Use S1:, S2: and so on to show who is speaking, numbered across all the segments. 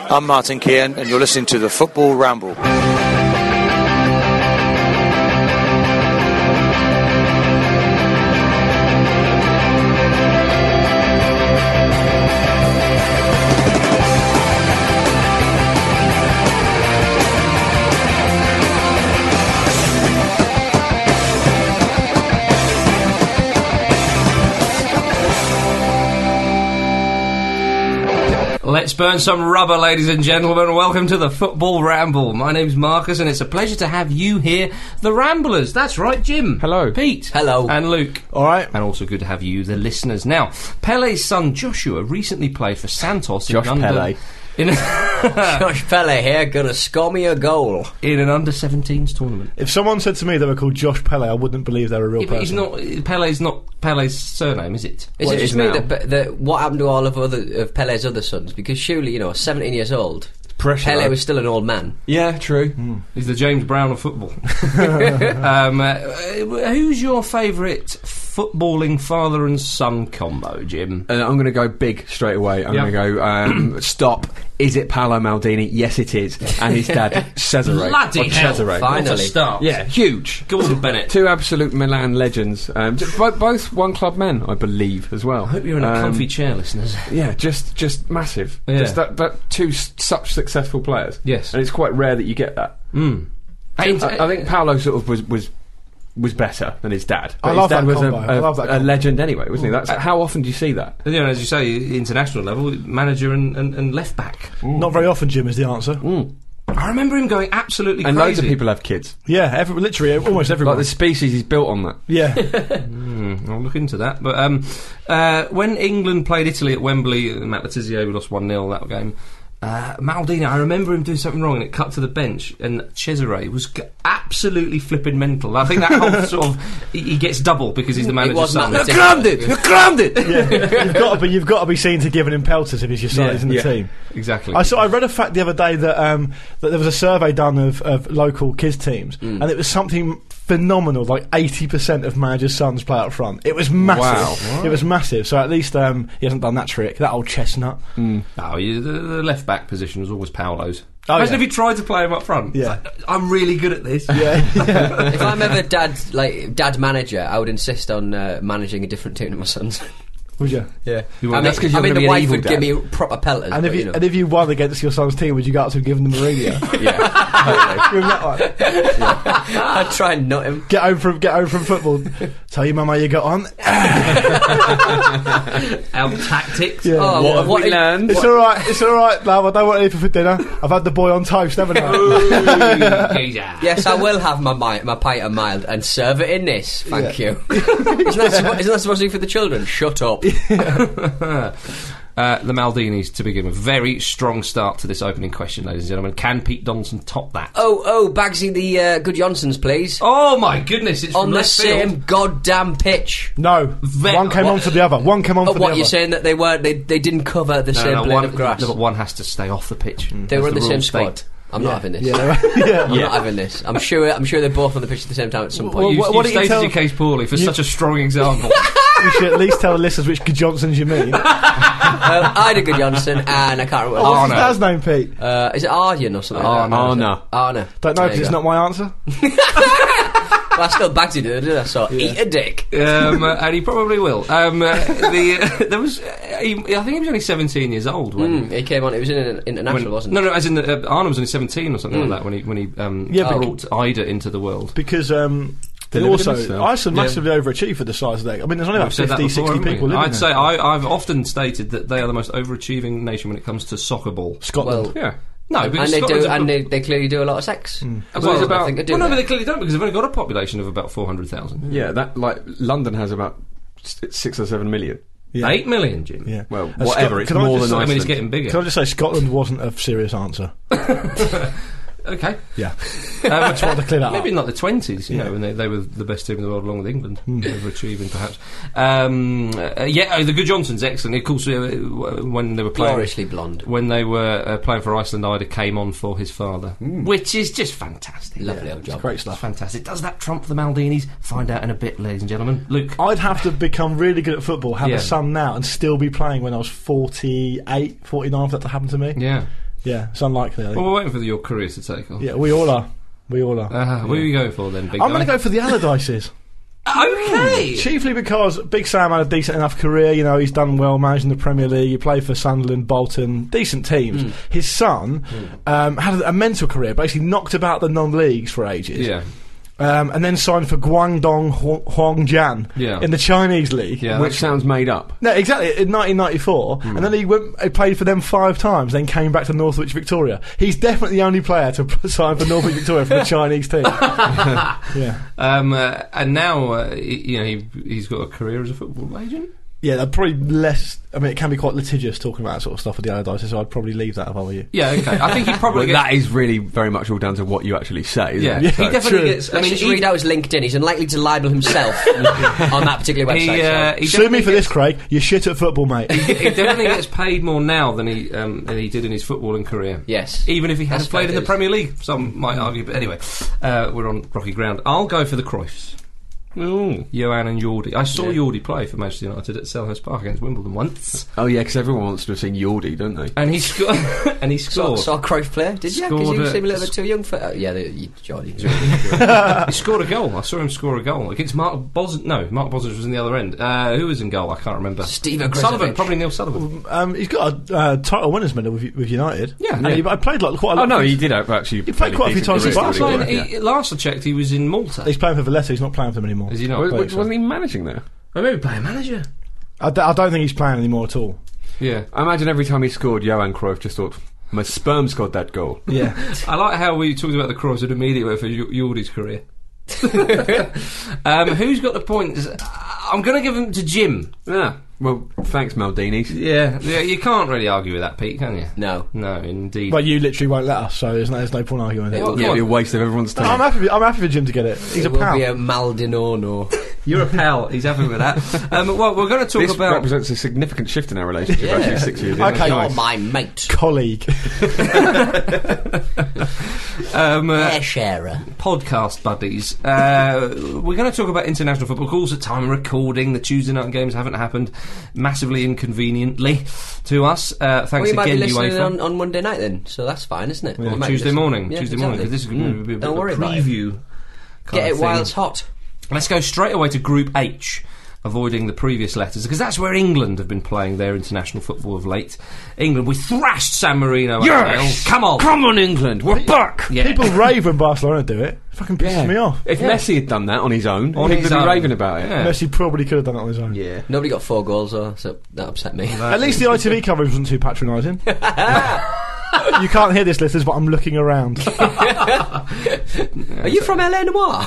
S1: I'm Martin Keane, and you're listening to the Football Ramble.
S2: Let's burn some rubber, ladies and gentlemen. Welcome to the Football Ramble. My name's Marcus, and it's a pleasure to have you here, the Ramblers. That's right, Jim.
S3: Hello.
S2: Pete.
S4: Hello.
S2: And Luke.
S3: All right.
S2: And also good to have you, the listeners. Now, Pele's son Joshua recently played for Santos
S3: Josh
S2: in London.
S3: Pele.
S2: In, a-
S4: Josh Pele here gonna score me a goal.
S2: in an under 17s tournament.
S3: If someone said to me they were called Josh Pele, I wouldn't believe they were a real
S2: Yeah, but
S3: person.
S2: he's not. Pele's not Pele's surname, is it?
S4: Is
S2: Well,
S4: it just
S2: is
S4: me
S2: now.
S4: that, that what happened to all of other of Pele's other sons? Because surely you know, 17 years old,
S3: Pressure,
S4: Pele
S3: though.
S4: was still an old man.
S3: Yeah, true.
S2: He's the James Brown of football. um, uh, who's your favourite footballing father and son combo, Jim?
S5: Uh, I'm going to go big straight away. I'm
S2: Yeah.
S5: going to go um, stop. Is it Paolo Maldini? Yes, it is. And his dad Cesare.
S2: Bloody
S5: Or
S2: hell,
S5: Cesare.
S4: finally.
S2: What a start.
S5: Yeah, huge.
S2: Gordon Bennett.
S5: Two absolute Milan legends. Um, j- bo- both one club men, I believe, as well.
S2: I hope you're in a
S5: Um,
S2: comfy chair, listeners.
S5: Yeah, just just massive.
S2: Yeah.
S5: Just that, that two s- such successful players.
S2: Yes. Hmm.
S5: and it's quite rare that you get that.
S2: Hey, uh,
S5: I, I think Paolo sort of was was was better than his dad.
S3: I
S5: But
S3: love
S5: his dad
S3: that
S5: was a,
S3: combo. I
S5: a-
S3: love that
S5: a
S3: combo.
S5: legend anyway, wasn't he? That's how often do you see that?
S2: you know, as you say, international level, manager and, and, and left back.
S3: Not very often, Jim, is the answer.
S2: I remember him going absolutely
S5: Hmm. And
S2: crazy.
S5: loads of people have kids.
S3: Yeah, every, literally, almost everyone.
S5: Like the species is built on that.
S3: yeah.
S2: I'll look into that. But um, uh, when England played Italy at Wembley, uh, Matt Letizia, we lost 1 0 that game. Uh, Maldini, I remember him doing something wrong and it cut to the bench, and Cesare was g- absolutely flipping mental. I think that whole sort of. He, he gets double because he's the manager's
S4: was
S2: son.
S4: Matt Letizia.
S5: it! You crammed it!
S3: yeah. You've got to be. You've got to be seen to giving him pelters if he's your size in the
S5: yeah.
S3: team.
S2: Exactly.
S3: I saw. I read a fact the other day that um, that there was a survey done of, of local kids teams,
S5: Hmm.
S3: and it was something phenomenal. Like eighty percent of managers' sons play up front. It was massive. It was massive. So at least um, he hasn't done that trick. That old chestnut.
S5: Hmm.
S2: Oh, you, the, the left back position was always Paolo's.
S3: Oh,
S2: Imagine
S3: yeah.
S2: if he tried to play him up front.
S3: Yeah.
S2: It's like, I'm really good at this.
S3: Yeah.
S4: if I'm ever dad, like dad manager, I would insist on uh, managing a different team to my sons.
S3: Would you?
S4: yeah,
S5: won't-
S4: I mean,
S5: that's 'cause
S4: I mean
S5: you're
S4: the
S5: gonna be an
S4: wife
S5: evil
S4: would give
S5: dad.
S4: me proper pelters.
S3: And if
S4: but,
S3: you,
S4: you know.
S3: and if you won against your son's team, would you go up to him and give him the Mourinho? Give him that one.
S4: I'd try and nut him.
S3: Get home from get home from football. Tell your mum how you got on.
S2: Our tactics.
S3: Yeah.
S4: Oh,
S5: What have
S4: what
S5: we
S4: if-
S5: learned?
S3: It's all right. It's all right, love. I don't want anything for dinner. I've had the boy on toast, haven't I?
S2: yeah.
S4: Yes, I will have my mi- my pint of mild and serve it in this. Thank you. isn't, that suppo- isn't that supposed to be for the children? Shut up.
S2: Uh, the Maldinis to begin with. Very strong start to this opening question, ladies and gentlemen. Can Pete Donaldson top that?
S4: Oh, oh, Bagsy the uh, Good Johnsons, please.
S2: Oh my goodness! It's
S4: on
S2: from
S4: the
S2: left
S4: same
S2: Field.
S4: goddamn pitch.
S3: No,
S2: Ve-
S3: one came
S2: what-
S3: on to the other. One came on
S4: But
S3: to the
S4: what
S3: other.
S4: you're saying that they weren't, they, they didn't cover the
S2: No,
S4: same
S2: no,
S4: blade
S2: one,
S4: of grass. Mm.
S2: no, but one has to stay off the pitch.
S4: they
S2: That's
S4: were in the,
S2: rule
S4: same
S2: of
S4: squad.
S2: state.
S4: I'm not having this.
S3: yeah, yeah.
S4: I'm not having this. I'm sure. I'm sure they're both on the pitch at the same time at some
S2: Well,
S4: point.
S2: you
S3: what-
S2: you
S3: what do you
S2: stated
S3: tell-
S2: your case poorly for such a strong example.
S3: You should at least tell the listeners which Good Johnsons you mean.
S4: Oh,
S3: What's
S4: well, I had a Good Johnson, Uh, and I can't remember.
S2: Oh,
S3: his
S2: no.
S3: dad's name, Pete?
S4: uh, is it Aryan or something? like that?
S5: Arna. Arna.
S4: Arna.
S3: Don't know
S4: There
S3: because
S4: you
S3: it's
S4: go.
S3: not my answer.
S4: Well, I still Bagsy did it, didn't I? So eat a dick.
S2: um, uh, and he probably will. Um, uh, the, there was, uh, he, I think he was only 17 years old when.
S4: Mm, he came on. It was in an international,
S2: when-
S4: wasn't Mm. it?
S2: no, no, as in the, uh, Arnold was only 17 or something like that when he when he um,
S3: Yeah, but-
S2: brought Ida into the world.
S3: Because um, they
S5: live in
S3: also
S5: Israel.
S3: Iceland massively overachieved for the size of that. I mean, there's only about
S2: We've said that
S3: 50,
S2: before,
S3: 60
S2: haven't we?
S3: people living
S2: I'd
S3: there.
S2: say I, I've often stated that they are the most overachieving nation when it comes to soccer ball.
S3: Scotland.
S4: Well,
S5: Yeah.
S2: No,
S4: and
S2: because
S4: they
S2: Scotland's
S4: do,
S2: a-
S4: and they, they clearly do a lot of sex.
S3: Hmm.
S4: As well,
S2: Well, it's
S4: as I
S2: about,
S4: think they do.
S2: well, no, but
S4: there.
S2: they clearly don't because they've only got a population of about 400,000.
S5: Yeah, that like London has about s- six or seven million.
S3: Yeah.
S2: Eight million, Jim.
S3: Yeah.
S5: Well,
S3: Uh,
S5: whatever, it's
S3: can I
S5: more
S3: just
S5: than
S3: say-
S2: I mean, it's
S5: Iceland.
S2: getting bigger.
S3: Can I just say Scotland wasn't a serious answer?
S2: Okay.
S3: Yeah.
S2: Uh,
S3: Just wanted to clear that
S2: Maybe
S3: up.
S2: not the twenties, you know, when they, they were the best team in the world along with England,
S3: Hmm.
S2: overachieving perhaps. Um, uh, yeah, oh, the Good Johnsons, excellent. Of course, uh, w- when they were playing,
S4: Gloriously blonde.
S2: when they were uh, playing for Iceland, Ida came on for his father, which is just fantastic.
S4: Lovely old job.
S3: Hmm. Great
S2: That's
S3: stuff.
S2: fantastic. Does that trump the Maldinis? Find out in a bit, ladies and gentlemen. Luke,
S3: I'd have to become really good at football, have
S2: Yeah.
S3: a son now, and still be playing when I was 48, 49 for that to happen to me.
S2: yeah.
S3: Yeah, it's unlikely. I think.
S2: Well, we're waiting for your career to take off.
S3: yeah, we all are. We all are.
S2: Uh, what are you going for then, big
S3: I'm going to
S2: guy?
S3: go for the Allardyces.
S2: Okay.
S3: Chiefly because Big Sam had a decent enough career. You know, he's done well managing the Premier League. He played for Sunderland, Bolton, decent
S2: Hmm.
S3: teams. His son um, had a mental career, basically knocked about the non-leagues for ages,
S2: Yeah.
S3: um, and then signed for Guangdong Hu- Huangjian
S2: Yeah.
S3: in the Chinese league.
S2: Yeah. Hmm.
S5: Which sounds made up.
S3: No, exactly. In 1994, and then he went. He played for them five times, then came back to Northwich Victoria. He's definitely the only player to sign for Northwich Victoria from a Chinese team. yeah.
S2: Um, uh, and now, uh, he, you know, he, he's got a career as a football agent.
S3: Yeah, they're probably less. I mean, it can be quite litigious talking about that sort of stuff with the Allardyce, so I'd probably leave that if I were you.
S2: Yeah, okay. I think he
S5: Well,
S2: probably gets.
S5: that is really very much all down to what you actually say. Isn't
S2: yeah,
S5: it?
S2: he
S5: So-
S2: definitely
S3: true.
S2: gets. I
S4: Let's
S2: mean,
S4: just
S2: he,
S4: read out his LinkedIn. He's unlikely to libel himself on that particular
S2: he,
S4: website.
S2: uh,
S4: so.
S2: he
S3: Sue me
S2: definitely
S3: for this, Craig. You shit at football, mate.
S2: gets- he definitely gets paid more now than he um, than he did in his footballing career.
S4: Yes.
S2: even if he
S4: That's
S2: has played in the
S4: fair, it is.
S2: Premier League, some might argue. But anyway, uh, we're on rocky ground. I'll go for the Cruyffs. Johan and Yordi. I saw Yordi play for Manchester United at Selhurst Park against Wimbledon once,
S5: Oh yeah, because everyone wants to have seen Yordi, don't they?
S2: and he scored. and he
S4: Saw,
S2: scored.
S4: saw Cruyff play, did you? Because
S2: Scored
S4: you
S2: a-
S4: seem a little bit too young for. Oh, yeah, the, you, Jordy.
S2: he scored a goal. I saw him score a goal against Mark Bos. No, Mark Bosnich was in the other end. Uh, who was in goal? I can't remember.
S4: Steve
S2: Sullivan,
S4: Agrizovic.
S2: probably Neil Sullivan.
S3: Um, he's got a uh, title winners medal with, with United.
S2: Yeah.
S3: and He, I played like quite. A
S5: Oh
S3: lot
S5: no,
S3: of-
S5: he did have actually.
S3: He played quite a few times
S2: He's
S3: He's
S2: last,
S3: Barcelona,
S2: line,
S3: really
S2: he, last I checked, he was in Malta.
S3: He's playing for Valletta. He's not playing for them anymore.
S2: Is he not?
S3: I don't think
S5: Wasn't
S3: so.
S5: he managing there?
S2: I maybe play a manager.
S3: I, d- I don't think he's playing anymore at all.
S2: Yeah.
S5: I imagine every time he scored, Johan Cruyff just thought, "My sperm scored that goal."
S3: Yeah,
S2: I like how we talked about the cross and immediately went for Y- Yordi's career. um, who's got the points? Uh, I'm going to give them to Jim.
S5: Yeah. Well, thanks, Maldini.
S2: Yeah, yeah. You can't really argue with that, Pete, can you?
S4: No.
S2: No, indeed.
S3: but you literally won't let us, so there's no, there's no point arguing it.
S2: Well,
S5: Yeah,
S2: go
S5: it'd be a
S2: on.
S5: waste of everyone's
S3: I'm
S5: time.
S3: happy. with- I'm happy for Jim to get it. He's
S4: It
S3: a
S4: will
S3: pal.
S4: be a Maldinoro.
S2: You're a pal. He's happy with that. Um, well, we're going to talk
S5: this
S2: about.
S5: represents a significant shift in our relationship. Actually, six years. in.
S3: Okay.
S4: You're
S2: Oh
S3: Nice.
S4: my mate.
S3: Colleague.
S2: Um, uh,
S4: Air sharer.
S2: podcast buddies. Uh, we're going to talk about international football. Of course, at time of recording, the Tuesday night games haven't happened massively inconveniently to us. Uh,
S4: Well,
S2: thanks
S4: you might be
S2: again,
S4: listening
S2: UEFA.
S4: on, on Monday night then, so that's fine, isn't it? Or you
S2: Or
S4: might be
S2: Tuesday
S4: listening-
S2: morning.
S4: Yeah,
S2: Tuesday morning.
S4: exactly. Mm,
S2: 'cause This is going to be a bit
S4: Don't
S2: of a
S4: worry about it.
S2: preview. kind
S4: Get
S2: of
S4: it while
S2: thing.
S4: it's hot.
S2: Let's go straight away to Group H, avoiding the previous letters, because that's where England have been playing their international football of late. England, we thrashed San Marino. at
S5: Yes!
S2: Wales. Come on!
S5: Come on, England, we're back.
S2: Yeah.
S3: People rave when Barcelona do it. Fucking pisses me off.
S5: If Messi had done that on his own,
S2: On
S5: he'd
S2: his
S5: be
S2: own.
S5: raving about it.
S2: Yeah.
S3: Messi probably could have done it on his own.
S5: Yeah.
S4: Nobody got four goals, though, so that upset me.
S3: At least the ITV coverage wasn't too patronising. you can't hear this, listeners, but I'm looking around.
S4: Are you from LA Noir?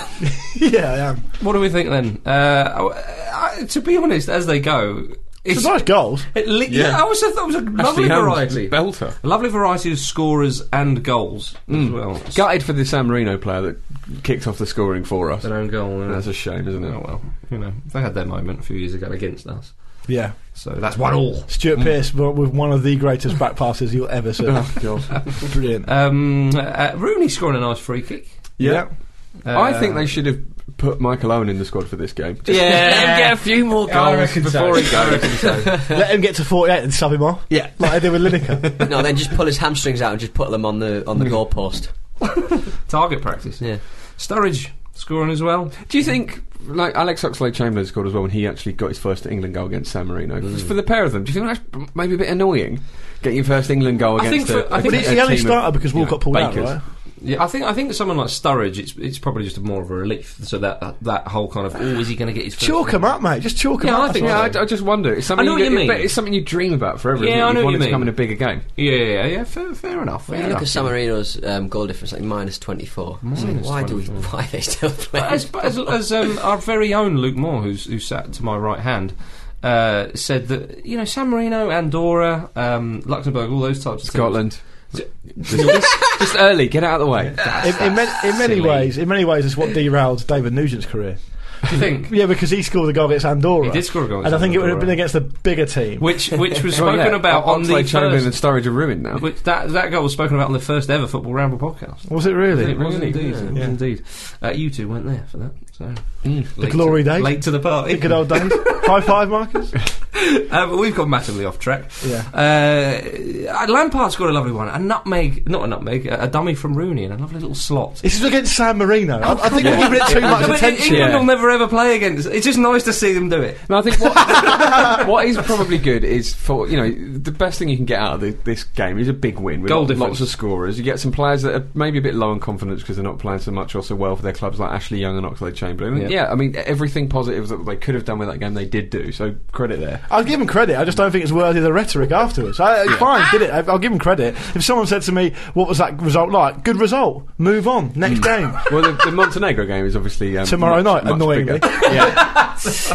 S3: yeah, I am.
S2: What do we think then? Uh, I, I- to be honest, as they go,
S3: It's,
S2: it's,
S3: nice goals.
S2: It li- yeah.
S5: Yeah.
S2: I also thought it was a lovely
S5: Ashley Holmes,
S2: variety.
S5: belter.
S2: A lovely variety of scorers and goals as well.
S5: Gutted for the San Marino player that kicked off the scoring for us.
S2: Their own goal. yeah.
S5: That's a shame, isn't it?
S2: oh well, you know they had their moment a few years ago against us,
S3: Yeah.
S2: so that's one all.
S3: Stuart Pearce w- with one of the greatest back passes you'll ever see.
S5: God.
S3: Brilliant.
S2: Um, uh, Rooney scoring a nice free kick.
S5: Yeah.
S3: Yeah.
S5: I think they should have put Michael Owen in the squad for this game. Just
S2: yeah, get a few more goals before he goes.
S3: Let him get to 48 and sub him off.
S5: Yeah.
S3: Like I did with Lineker.
S4: no, then just pull his hamstrings out and just put them on the on the goalpost.
S2: Target practice.
S4: Yeah.
S2: Sturridge scoring as well.
S5: Do you think, like Alex Oxlade-Chamberlain scored as well when he actually got his first England goal against San Marino?
S2: Mm.
S5: For the pair of them, do you think that's maybe a bit annoying? Getting your first England goal
S2: I
S5: against
S2: think
S5: a,
S2: for- I think
S5: a-
S3: But it's
S5: a
S3: the only
S5: team of,
S3: starter because
S5: you
S3: Walcott
S5: know,
S3: pulled out,
S5: bakers.
S3: right?
S2: Yeah, I think I think someone like Sturridge, it's it's probably just more of a relief. So that that, that whole kind of oh, is he going to get his first
S3: Chalk
S2: goal?
S3: him up, mate. Just chalk him
S2: Yeah,
S3: up.
S2: I think
S3: That's
S5: Yeah,
S3: all.
S5: I, I just wonder. It's something
S2: I know
S5: you,
S2: what you mean.
S5: It's something you dream about forever.
S2: Yeah,
S5: isn't it?
S2: I know
S5: you
S2: what
S5: want
S2: you
S5: it to come
S2: mean.
S5: in a bigger game.
S2: Yeah, yeah, yeah. Fair, fair enough. Fair
S4: When you
S2: enough.
S4: look at San Marino's um, goal difference, like minus 24. It's like, why do we? Why are they still
S2: But
S4: playing?
S2: as, but as, as um, our very own Luke Moore, who's who sat to my right hand, uh, said that you know San Marino, Andorra, um, Luxembourg, all those types of
S5: Scotland.
S2: Things.
S5: just, just early, get out of the way.
S3: In, in, ma- in many
S2: silly.
S3: ways, in many ways, it's what derailed David Nugent's career.
S2: Do you think?
S3: Yeah, because he scored the goal against Andorra.
S2: He did score a goal
S3: and I
S2: against
S3: think it would have
S2: Andorra.
S3: been against the bigger team.
S2: Which which was
S5: Well,
S2: spoken
S5: Oh, yeah,
S2: about on
S5: Oxlade,
S2: the
S5: Chamberlain
S2: first,
S5: and Storage are ruined now.
S2: which, that that goal was spoken about on the first ever Football Ramble podcast.
S3: was it really?
S2: It was indeed. It was
S3: Yeah. Mm.
S2: indeed. Uh, you two weren't there for that, so the
S3: glory
S2: to,
S3: days.
S2: late to the party.
S3: The good old days. High five, Marcus.
S2: Uh, but we've gone massively off track.
S3: Yeah.
S2: Uh, Lampard scored a lovely one. A nutmeg, not a nutmeg, a, a dummy from Rooney, and a lovely little slot.
S3: This is against San Marino. I, I think we're giving it too
S2: No,
S3: much
S2: but
S3: attention.
S2: England
S5: Yeah.
S2: will never ever play against. It's just nice to see them do it.
S5: No, I think what, what is probably good is for you know the best thing you can get out of thi- this game is a big win with
S2: Goal
S5: lots
S2: difference.
S5: of scorers. You get some players that are maybe a bit low on confidence because they're not playing so much or so well for their clubs, like Ashley Young and Oxlade Chamberlain. And
S2: Yeah.
S5: Yeah. I mean everything positive that they could have done with that game, they did do. So credit there.
S3: I'll give him credit. I just don't think it's worthy of the rhetoric afterwards. I, Fine, did it. I, I'll give him credit. If someone said to me, "What was that result like?" Good result. Move on. Next
S5: Mm.
S3: game.
S5: Well, the, the Montenegro game is obviously um,
S3: Tomorrow night,
S5: much, much
S3: annoyingly.
S5: bigger.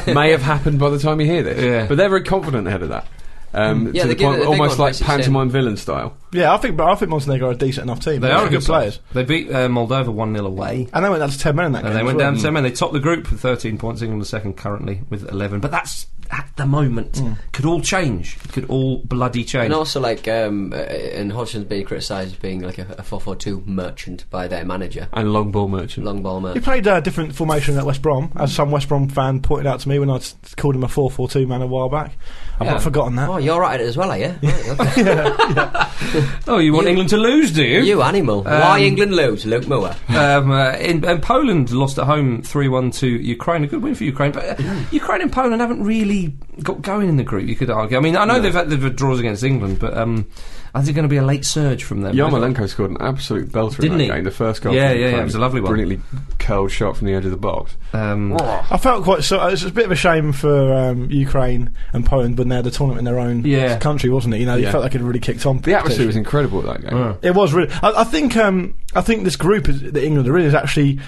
S5: may have happened by the time you hear this.
S2: Yeah.
S5: But they're very confident ahead of that. Um,
S4: Yeah,
S5: to
S4: they
S5: the
S4: give it
S5: point
S4: a big
S5: almost
S4: one,
S5: like
S4: basically.
S5: pantomime villain style.
S3: yeah, I think. But I think Montenegro are a decent enough team.
S2: They
S3: They're
S2: are a good
S3: players,
S2: players. They beat uh, Moldova one 0 away.
S3: and they went down to ten men in that game.
S2: And they
S3: as
S2: went
S3: well.
S2: down to 10 men. They topped the group with 13 points. England the second currently with 11. But that's at the moment.
S3: Mm.
S2: Could all change. Could all bloody change.
S4: And also, like, um, uh, and Hodgson's being criticised as being like a, a 442 merchant by their manager,
S5: And long ball merchant.
S4: long ball
S3: He
S4: merchant.
S3: played a different formation at West Brom, as some West Brom fan pointed out to me when I s- called him a 4-4-2 man a while back. I've
S2: Yeah.
S3: not forgotten that.
S4: Oh, you're right at it as well, are you? Right, okay.
S2: oh, you want
S4: You-
S2: England to lose, do you?
S4: you animal. Why England lose? Luke Moore.
S2: um, uh, in, and Poland lost at home 3 1 to Ukraine. A good win for Ukraine. But uh, Ukraine and Poland haven't really got going in the group, you could argue. I mean, I know they've had they've had draws against England, but um, I think it's going to be a late surge from them.
S5: Yarmolenko scored an absolute belter
S2: Didn't
S5: in that
S2: he?
S5: game. The first goal,
S2: Yeah,
S5: from
S2: yeah, yeah, it
S5: Ukraine,
S2: was a lovely one.
S5: brilliantly curled shot from the edge of the box.
S2: Um,
S3: I felt quite so. It's a bit of a shame for um, Ukraine and Poland, but they had a tournament in their own
S2: Yeah.
S3: country, wasn't it? You know, you
S5: Yeah.
S3: felt like it really kicked on.
S5: The atmosphere was incredible at that game.
S3: It was really. I, I think. Um, I think this group is, that England are in is actually.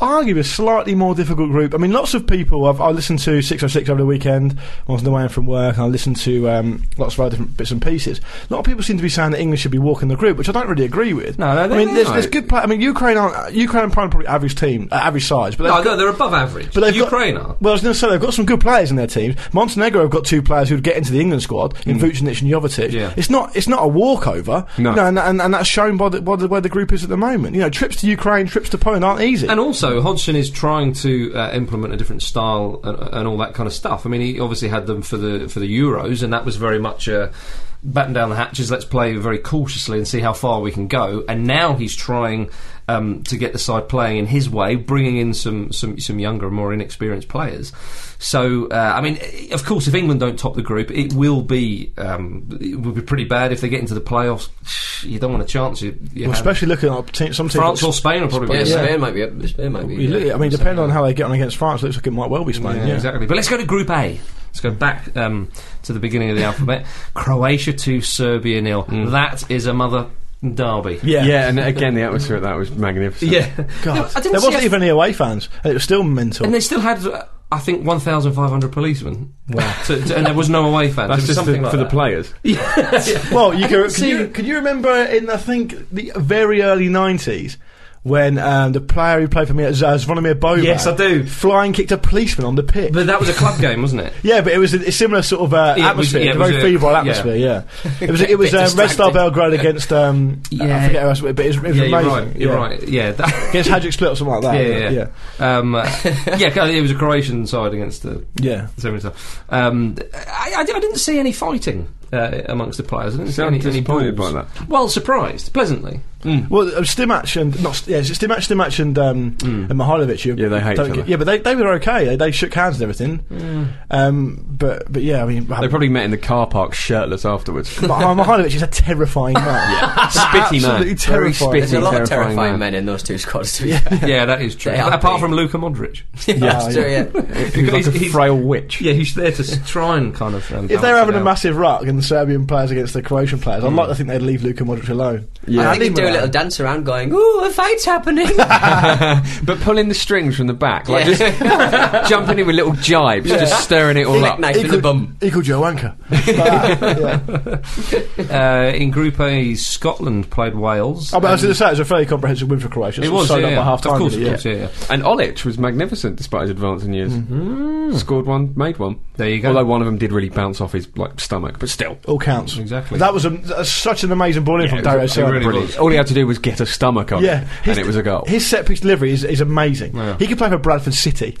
S3: Arguably a slightly more difficult group. I mean, lots of people. I've, I listened to 606 over the weekend when I was on the way in from work, and I listened to um, lots of other different bits and pieces. A lot of people seem to be saying that England should be walking the group, which I don't really agree with.
S2: No, no,
S3: I
S2: they-
S3: mean, there's,
S2: no.
S3: there's good. Play- I mean, Ukraine aren't Ukraine and Poland are probably average team, uh, average sides, but
S2: no,
S3: they've got-
S2: no, they're above average.
S3: but they've got-
S2: Ukraine are.
S3: Well, I was going to say they've got some good players in their teams. Montenegro have got two players who'd get into the England squad in Vucinic and Jovetic.
S2: Hmm. Yeah.
S3: It's not it's not a walkover.
S5: No.
S3: You know, and, and, and that's shown by, the, by the, where the group is at the moment. You know, trips to Ukraine, trips to Poland aren't easy.
S2: And also, Hodgson is trying to uh, implement a different style and, and all that kind of stuff. I mean, he obviously had them for the for the Euros, and that was very much uh, batten down the hatches. Let's play very cautiously and see how far we can go. And now he's trying um, to get the side playing in his way, bringing in some some some younger, more inexperienced players. So, uh, I mean, eh, of course, if England don't top the group, it will be um, it will be pretty bad if they get into the playoffs. You don't want a chance. You, you
S3: Well,
S2: have-
S3: especially looking at team, some teams.
S2: France or Spain will probably
S4: Yeah,
S2: be the
S3: Yeah.
S4: Spain might be up. Spain might be.
S3: You look-
S4: yeah.
S3: I mean, depending on how they get on against France, it looks like it might well be Spain. Yeah,
S2: exactly. But let's go to Group A. Let's go back um, to the beginning of the alphabet. Croatia two, Serbia nil. That is a mother derby.
S3: Mm. Yeah.
S5: Yeah, and again, the atmosphere at that was magnificent.
S2: No,
S3: God,
S2: I didn't
S3: there
S2: see
S3: wasn't
S2: a-
S3: even any away fans, and it was still mental.
S2: and they still had. uh, I think 1,500 policemen, To- to- and there was no away fans.
S5: That's
S2: It was
S5: just
S2: something
S5: the,
S2: like
S5: for the
S2: that.
S5: players.
S3: Well, you
S2: I
S3: can,
S2: didn't
S3: can,
S2: see-
S3: you, can you remember in I think the very early nineties when um, the player who played for me at uh, Zvonimir Boban,
S2: Yes, I do.
S3: flying kicked a policeman on the pitch.
S2: But that was a club game, wasn't it?
S3: yeah, but it was a, a similar sort of uh,
S2: Yeah, it was-
S3: atmosphere,
S2: yeah, it
S3: a
S2: was
S3: very
S2: a-
S3: febrile
S2: yeah.
S3: atmosphere. Yeah, it was. It was
S4: Bit
S3: um, Red Star
S4: distracting.
S3: Belgrade against. Um, I
S2: Yeah.
S3: forget who else, but it was, it was
S2: yeah,
S3: amazing.
S2: you're right. You're
S3: yeah.
S2: right. Yeah, that,
S3: Against Hadrick Split or something like that.
S2: yeah,
S3: but
S2: yeah, yeah. Um, uh, yeah, it was a Croatian side against the
S3: yeah.
S2: Seven stuff. Um, I, I, I didn't see any fighting uh, amongst the players. I didn't see
S5: See, I'm
S2: any, any
S5: disappointed
S2: brawls.
S5: by
S2: Well, surprised pleasantly.
S3: Well, uh, Stimac and not yeah, is it Stimac, Stimac and um,
S2: Hmm.
S3: and Mihailovic. You,
S5: Yeah, they hate
S3: don't
S5: each
S3: get-
S5: other.
S3: Yeah, but they, they were okay. They, they shook hands and everything.
S2: Hmm.
S3: Um, but but yeah, I mean,
S5: They
S3: um,
S5: probably met in the car park shirtless afterwards.
S3: Mi- Mihailovic is a terrifying man.
S5: Spitty man.
S3: Absolutely
S5: Very
S3: terrifying.
S4: There's a lot of
S5: terrifying
S4: terrifying
S5: man.
S4: men in those two squads. To be fair.
S2: Yeah, that is true.
S4: They are
S2: Apart
S4: big.
S2: from Luka Modric,
S3: Oh,
S4: yeah. So, yeah.
S5: He was like
S2: He's-
S5: a
S2: he's-
S5: frail witch.
S2: yeah, he's there to s- try and kind of. Um,
S3: If they're
S2: balance
S3: having
S2: it
S3: a
S2: out. Hmm.
S3: massive ruck and the Serbian players against the Croatian players, I'd like to think they'd leave Luka Modric alone.
S5: Yeah.
S3: And
S5: I
S4: think
S3: leave
S4: he'd
S3: him
S4: do a little dance around, going, "Ooh, a fight's happening."
S5: but pulling the strings from the back, like
S4: Yeah.
S5: just jumping in with little jibes, just stirring it all up.
S4: Knife in the bum.
S3: Equal Joe Anker. Like that, yeah.
S2: Uh, in Group A, Scotland played Wales.
S3: Oh, but I was going to say, it was a fairly comprehensive win for Croatia.
S2: it
S3: so
S2: was,
S3: sewed
S2: yeah,
S3: up
S2: yeah.
S3: at half time.
S2: of course,
S3: really,
S2: of
S3: yeah.
S2: course, yeah, yeah.
S5: And Olic was magnificent despite his advancing years. Scored one, made one.
S2: There you go.
S5: Although one of them did really bounce off his like stomach, but still.
S3: All counts.
S2: Exactly.
S3: That was a, that was such an amazing ball in from Dario
S2: was- it
S3: Saric.
S2: really was.
S5: Brilliant. All he had to do was get a stomach on
S3: Yeah,
S5: it, and it was a goal.
S3: His set piece delivery is, is amazing.
S2: Yeah.
S3: He could play for Bradford City.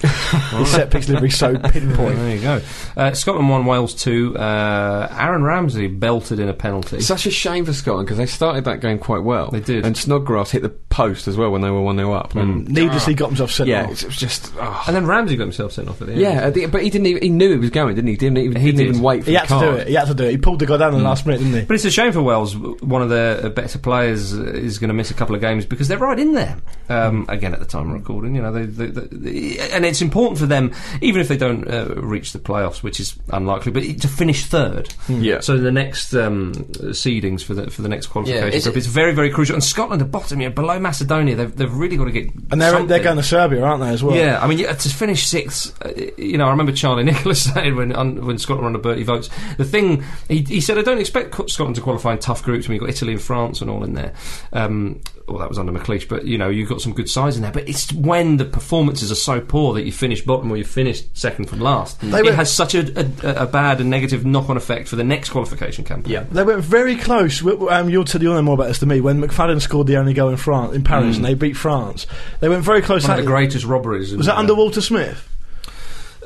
S3: his set piece delivery is so pinpoint.
S2: There you go. Uh, Scotland won Wales 2. Uh, Aaron Ramsey belted in a penalty.
S5: Such a shame for Scotland because they started that game quite well.
S2: They did.
S5: and Snodgrass hit the post as well when they were one 0 up. And
S3: Needlessly got himself sent
S5: yeah,
S3: off.
S5: it was just
S2: and then Ramsey got himself sent off at the end.
S5: yeah. at the- but he didn't. Even, he knew he was going, didn't he? Didn't even,
S2: He Hmm.
S5: he didn't
S2: did.
S5: even wait for
S3: He
S5: the
S3: had to
S5: card.
S3: do it. He had to do it. He pulled the guy down in the last minute, didn't he?
S2: But it's a shame for Wales. One of their uh, better players uh, is going to miss a couple of games because they're right in there. Um, again, at the time of recording, you know, they, they, they, and it's important for them, even if they don't uh, reach the playoffs, which is unlikely, but to finish third.
S3: Hmm.
S5: Yeah.
S2: So the next um, seedings for the for the next qualification
S4: is
S2: group
S4: it-
S2: is very very crucial. And Scotland are bottom, you know, below Macedonia. They've they've really got to get
S3: And they're, they're
S2: something.
S3: going to Serbia, aren't they, as well?
S2: Yeah, I mean, yeah, to finish sixth, uh, you know, I remember Charlie Nicholas saying when un, when Scotland were under Bertie votes, the thing he, he said, I don't expect Co- Scotland to qualify in tough groups. when you've got Italy and France and all in there. Um, well, that was under McLeish, but you know, you've got some good sides in there. But it's when the performances are so poor that you finish bottom or you finish second from last. it
S3: were-
S2: has such a, a, a bad and negative knock on effect for the next qualification campaign.
S5: Yeah.
S3: They went very close. W- w- Um, you'll, tell, you'll know more about this than me. When McFadden scored the only goal in France, in Paris, and they beat France, they went very close.
S2: Hmm. One of
S3: That-
S2: the greatest robberies. in-
S3: was that under Walter Smith?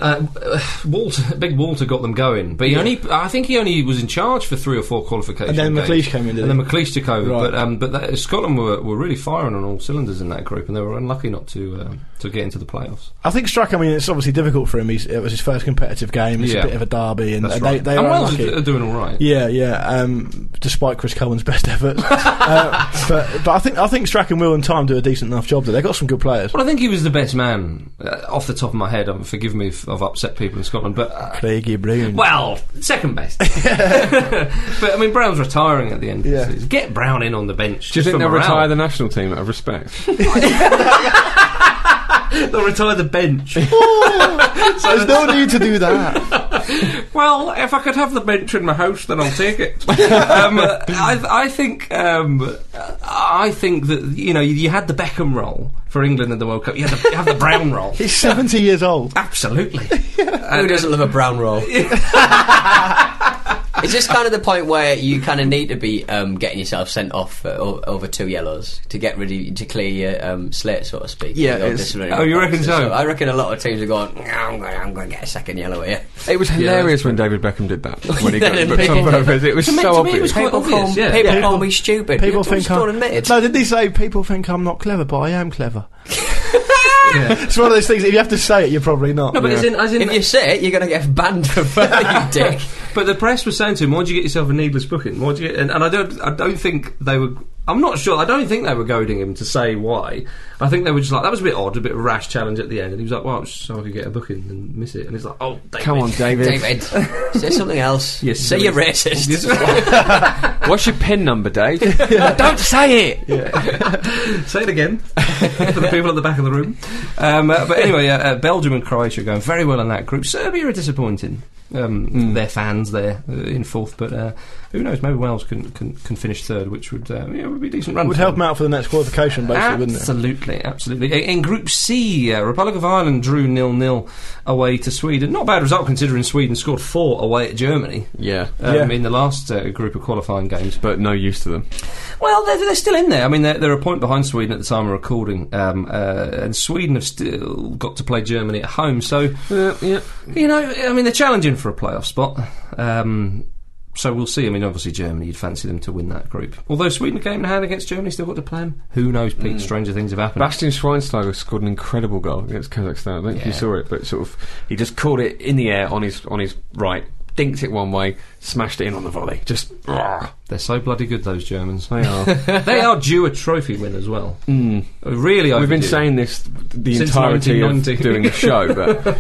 S2: Uh, Walter, big Walter got them going, but he only, I think he only was in charge for three or four qualifications.
S3: And then McLeish came in, didn't
S2: and
S3: he?
S2: then McLeish took over.
S3: Right.
S2: But um, but that, Scotland were, were really firing on all cylinders in that group, and they were unlucky not to uh, to get into the playoffs.
S3: I think Strachan, I mean, it's obviously difficult for him. He's, it was his first competitive game. It's
S2: Yeah.
S3: a bit of a derby, and
S2: That's
S3: they,
S2: right.
S3: they
S2: and
S3: are
S2: Wales uh,
S3: unlucky.
S2: are, are doing all right.
S3: Yeah, yeah. Um, despite Chris Coleman's best efforts, uh, but, but I think I think Strachan will in time do a decent enough job. There, they have got some good players.
S2: Well, I think he was the best man uh, off the top of my head. Um, forgive me if I've upset people in Scotland, but uh,
S3: Craigie Brown.
S2: well, second best. but I mean, Brown's retiring at the end. Of
S3: Yeah.
S2: the season. Get Brown in on the bench.
S5: Do
S2: just
S5: you think
S2: for
S5: they'll
S2: morale.
S5: retire the national team out of respect?
S2: They'll retire the bench.
S3: There's no need to do that.
S2: Well, if I could have the bench in my house, then I'll take it. um, I, I think um, I think that you know you, you had the Beckham role for England in the World Cup. You had the, you have the Brown role.
S3: He's 70 years old.
S2: Absolutely. uh,
S4: Who doesn't love a brown roll? Is this kind of the point where you kind of need to be um, getting yourself sent off uh, o- over two yellows to get rid of to clear your um, slate, so to speak?
S5: Yeah,
S4: your
S5: it's-
S4: disciplinary
S2: oh, you reckon
S4: boxes.
S2: so?
S4: I reckon a lot of teams are going. "Nah, I'm going. I'm going to get a second yellow here.
S5: It was hilarious when David Beckham did that. When he got
S4: Then
S5: booked on
S4: people-
S5: purpose. It was
S2: To me- to
S5: so
S2: me it
S5: obvious.
S2: was quite
S4: People
S2: obvious,
S4: call,
S2: yeah.
S4: people
S3: Yeah.
S4: call me stupid.
S3: People
S4: It's
S3: think
S4: not
S3: I'm
S4: admitted.
S3: no. Did he say people think I'm not clever? But I am clever. It's one of those things. If you have to say it, you're probably not.
S2: No, but as in, as in
S4: If you say it, you're going to get banned for further, you dick.
S2: But the press was saying to him, "Why'd you get yourself a needless booking? Why'd you?" Get, and, and I don't, I don't think they were. I'm not sure. I don't think they were goading him to say why. I think they were just like that was a bit odd, a bit of a rash challenge at the end. And he was like, "Well, it's just so I could get a booking and miss it." And he's like, "Oh, David.
S5: Come on, David.
S4: David, say something else.
S2: Yes,
S4: say
S2: David.
S4: you're racist.
S5: What's your pin number, Dave? Don't say it.
S2: Say it again for the people at the back of the room. Um, uh, but anyway, uh, uh, Belgium and Croatia are going very well in that group. Serbia are disappointing. Um,
S3: Hmm.
S2: Their fans there uh, in fourth, but uh, who knows? Maybe Wales can can, can finish third, which would uh, yeah, would be a decent run.
S3: would
S2: for
S3: help
S2: them.
S3: him out for the next qualification, basically, wouldn't it?
S2: Absolutely, absolutely. I- In Group C, uh, Republic of Ireland drew nil nil away to Sweden. Not a bad result considering Sweden scored four away at Germany
S5: Yeah,
S2: um,
S3: Yeah.
S2: in the last uh, group of qualifying games.
S5: but no use to them.
S2: Well, they're, they're still in there. I mean, they're, they're a point behind Sweden at the time of recording, um, uh, and Sweden have still got to play Germany at home. So,
S5: yeah.
S2: you know, I mean, they're challenging for a playoff spot. Um, so we'll see. I mean, obviously Germany, you'd fancy them to win that group. Although Sweden came in hand against Germany, still got to play them. Who knows, Pete?
S5: Mm.
S2: Stranger things have happened.
S5: Bastian Schweinsteiger scored an incredible goal against Kazakhstan. I don't think you
S2: Yeah.
S5: saw it, but sort of he just caught it in the air on his on his right, dinked it one way, smashed it in on the volley. Just rah.
S2: They're so bloody good, those Germans.
S5: they are. Mm.
S2: they are due a trophy win as well. Really,
S5: We've been
S2: overdue.
S5: saying this the
S2: Since
S5: entirety of
S2: 1990.
S5: doing the show, but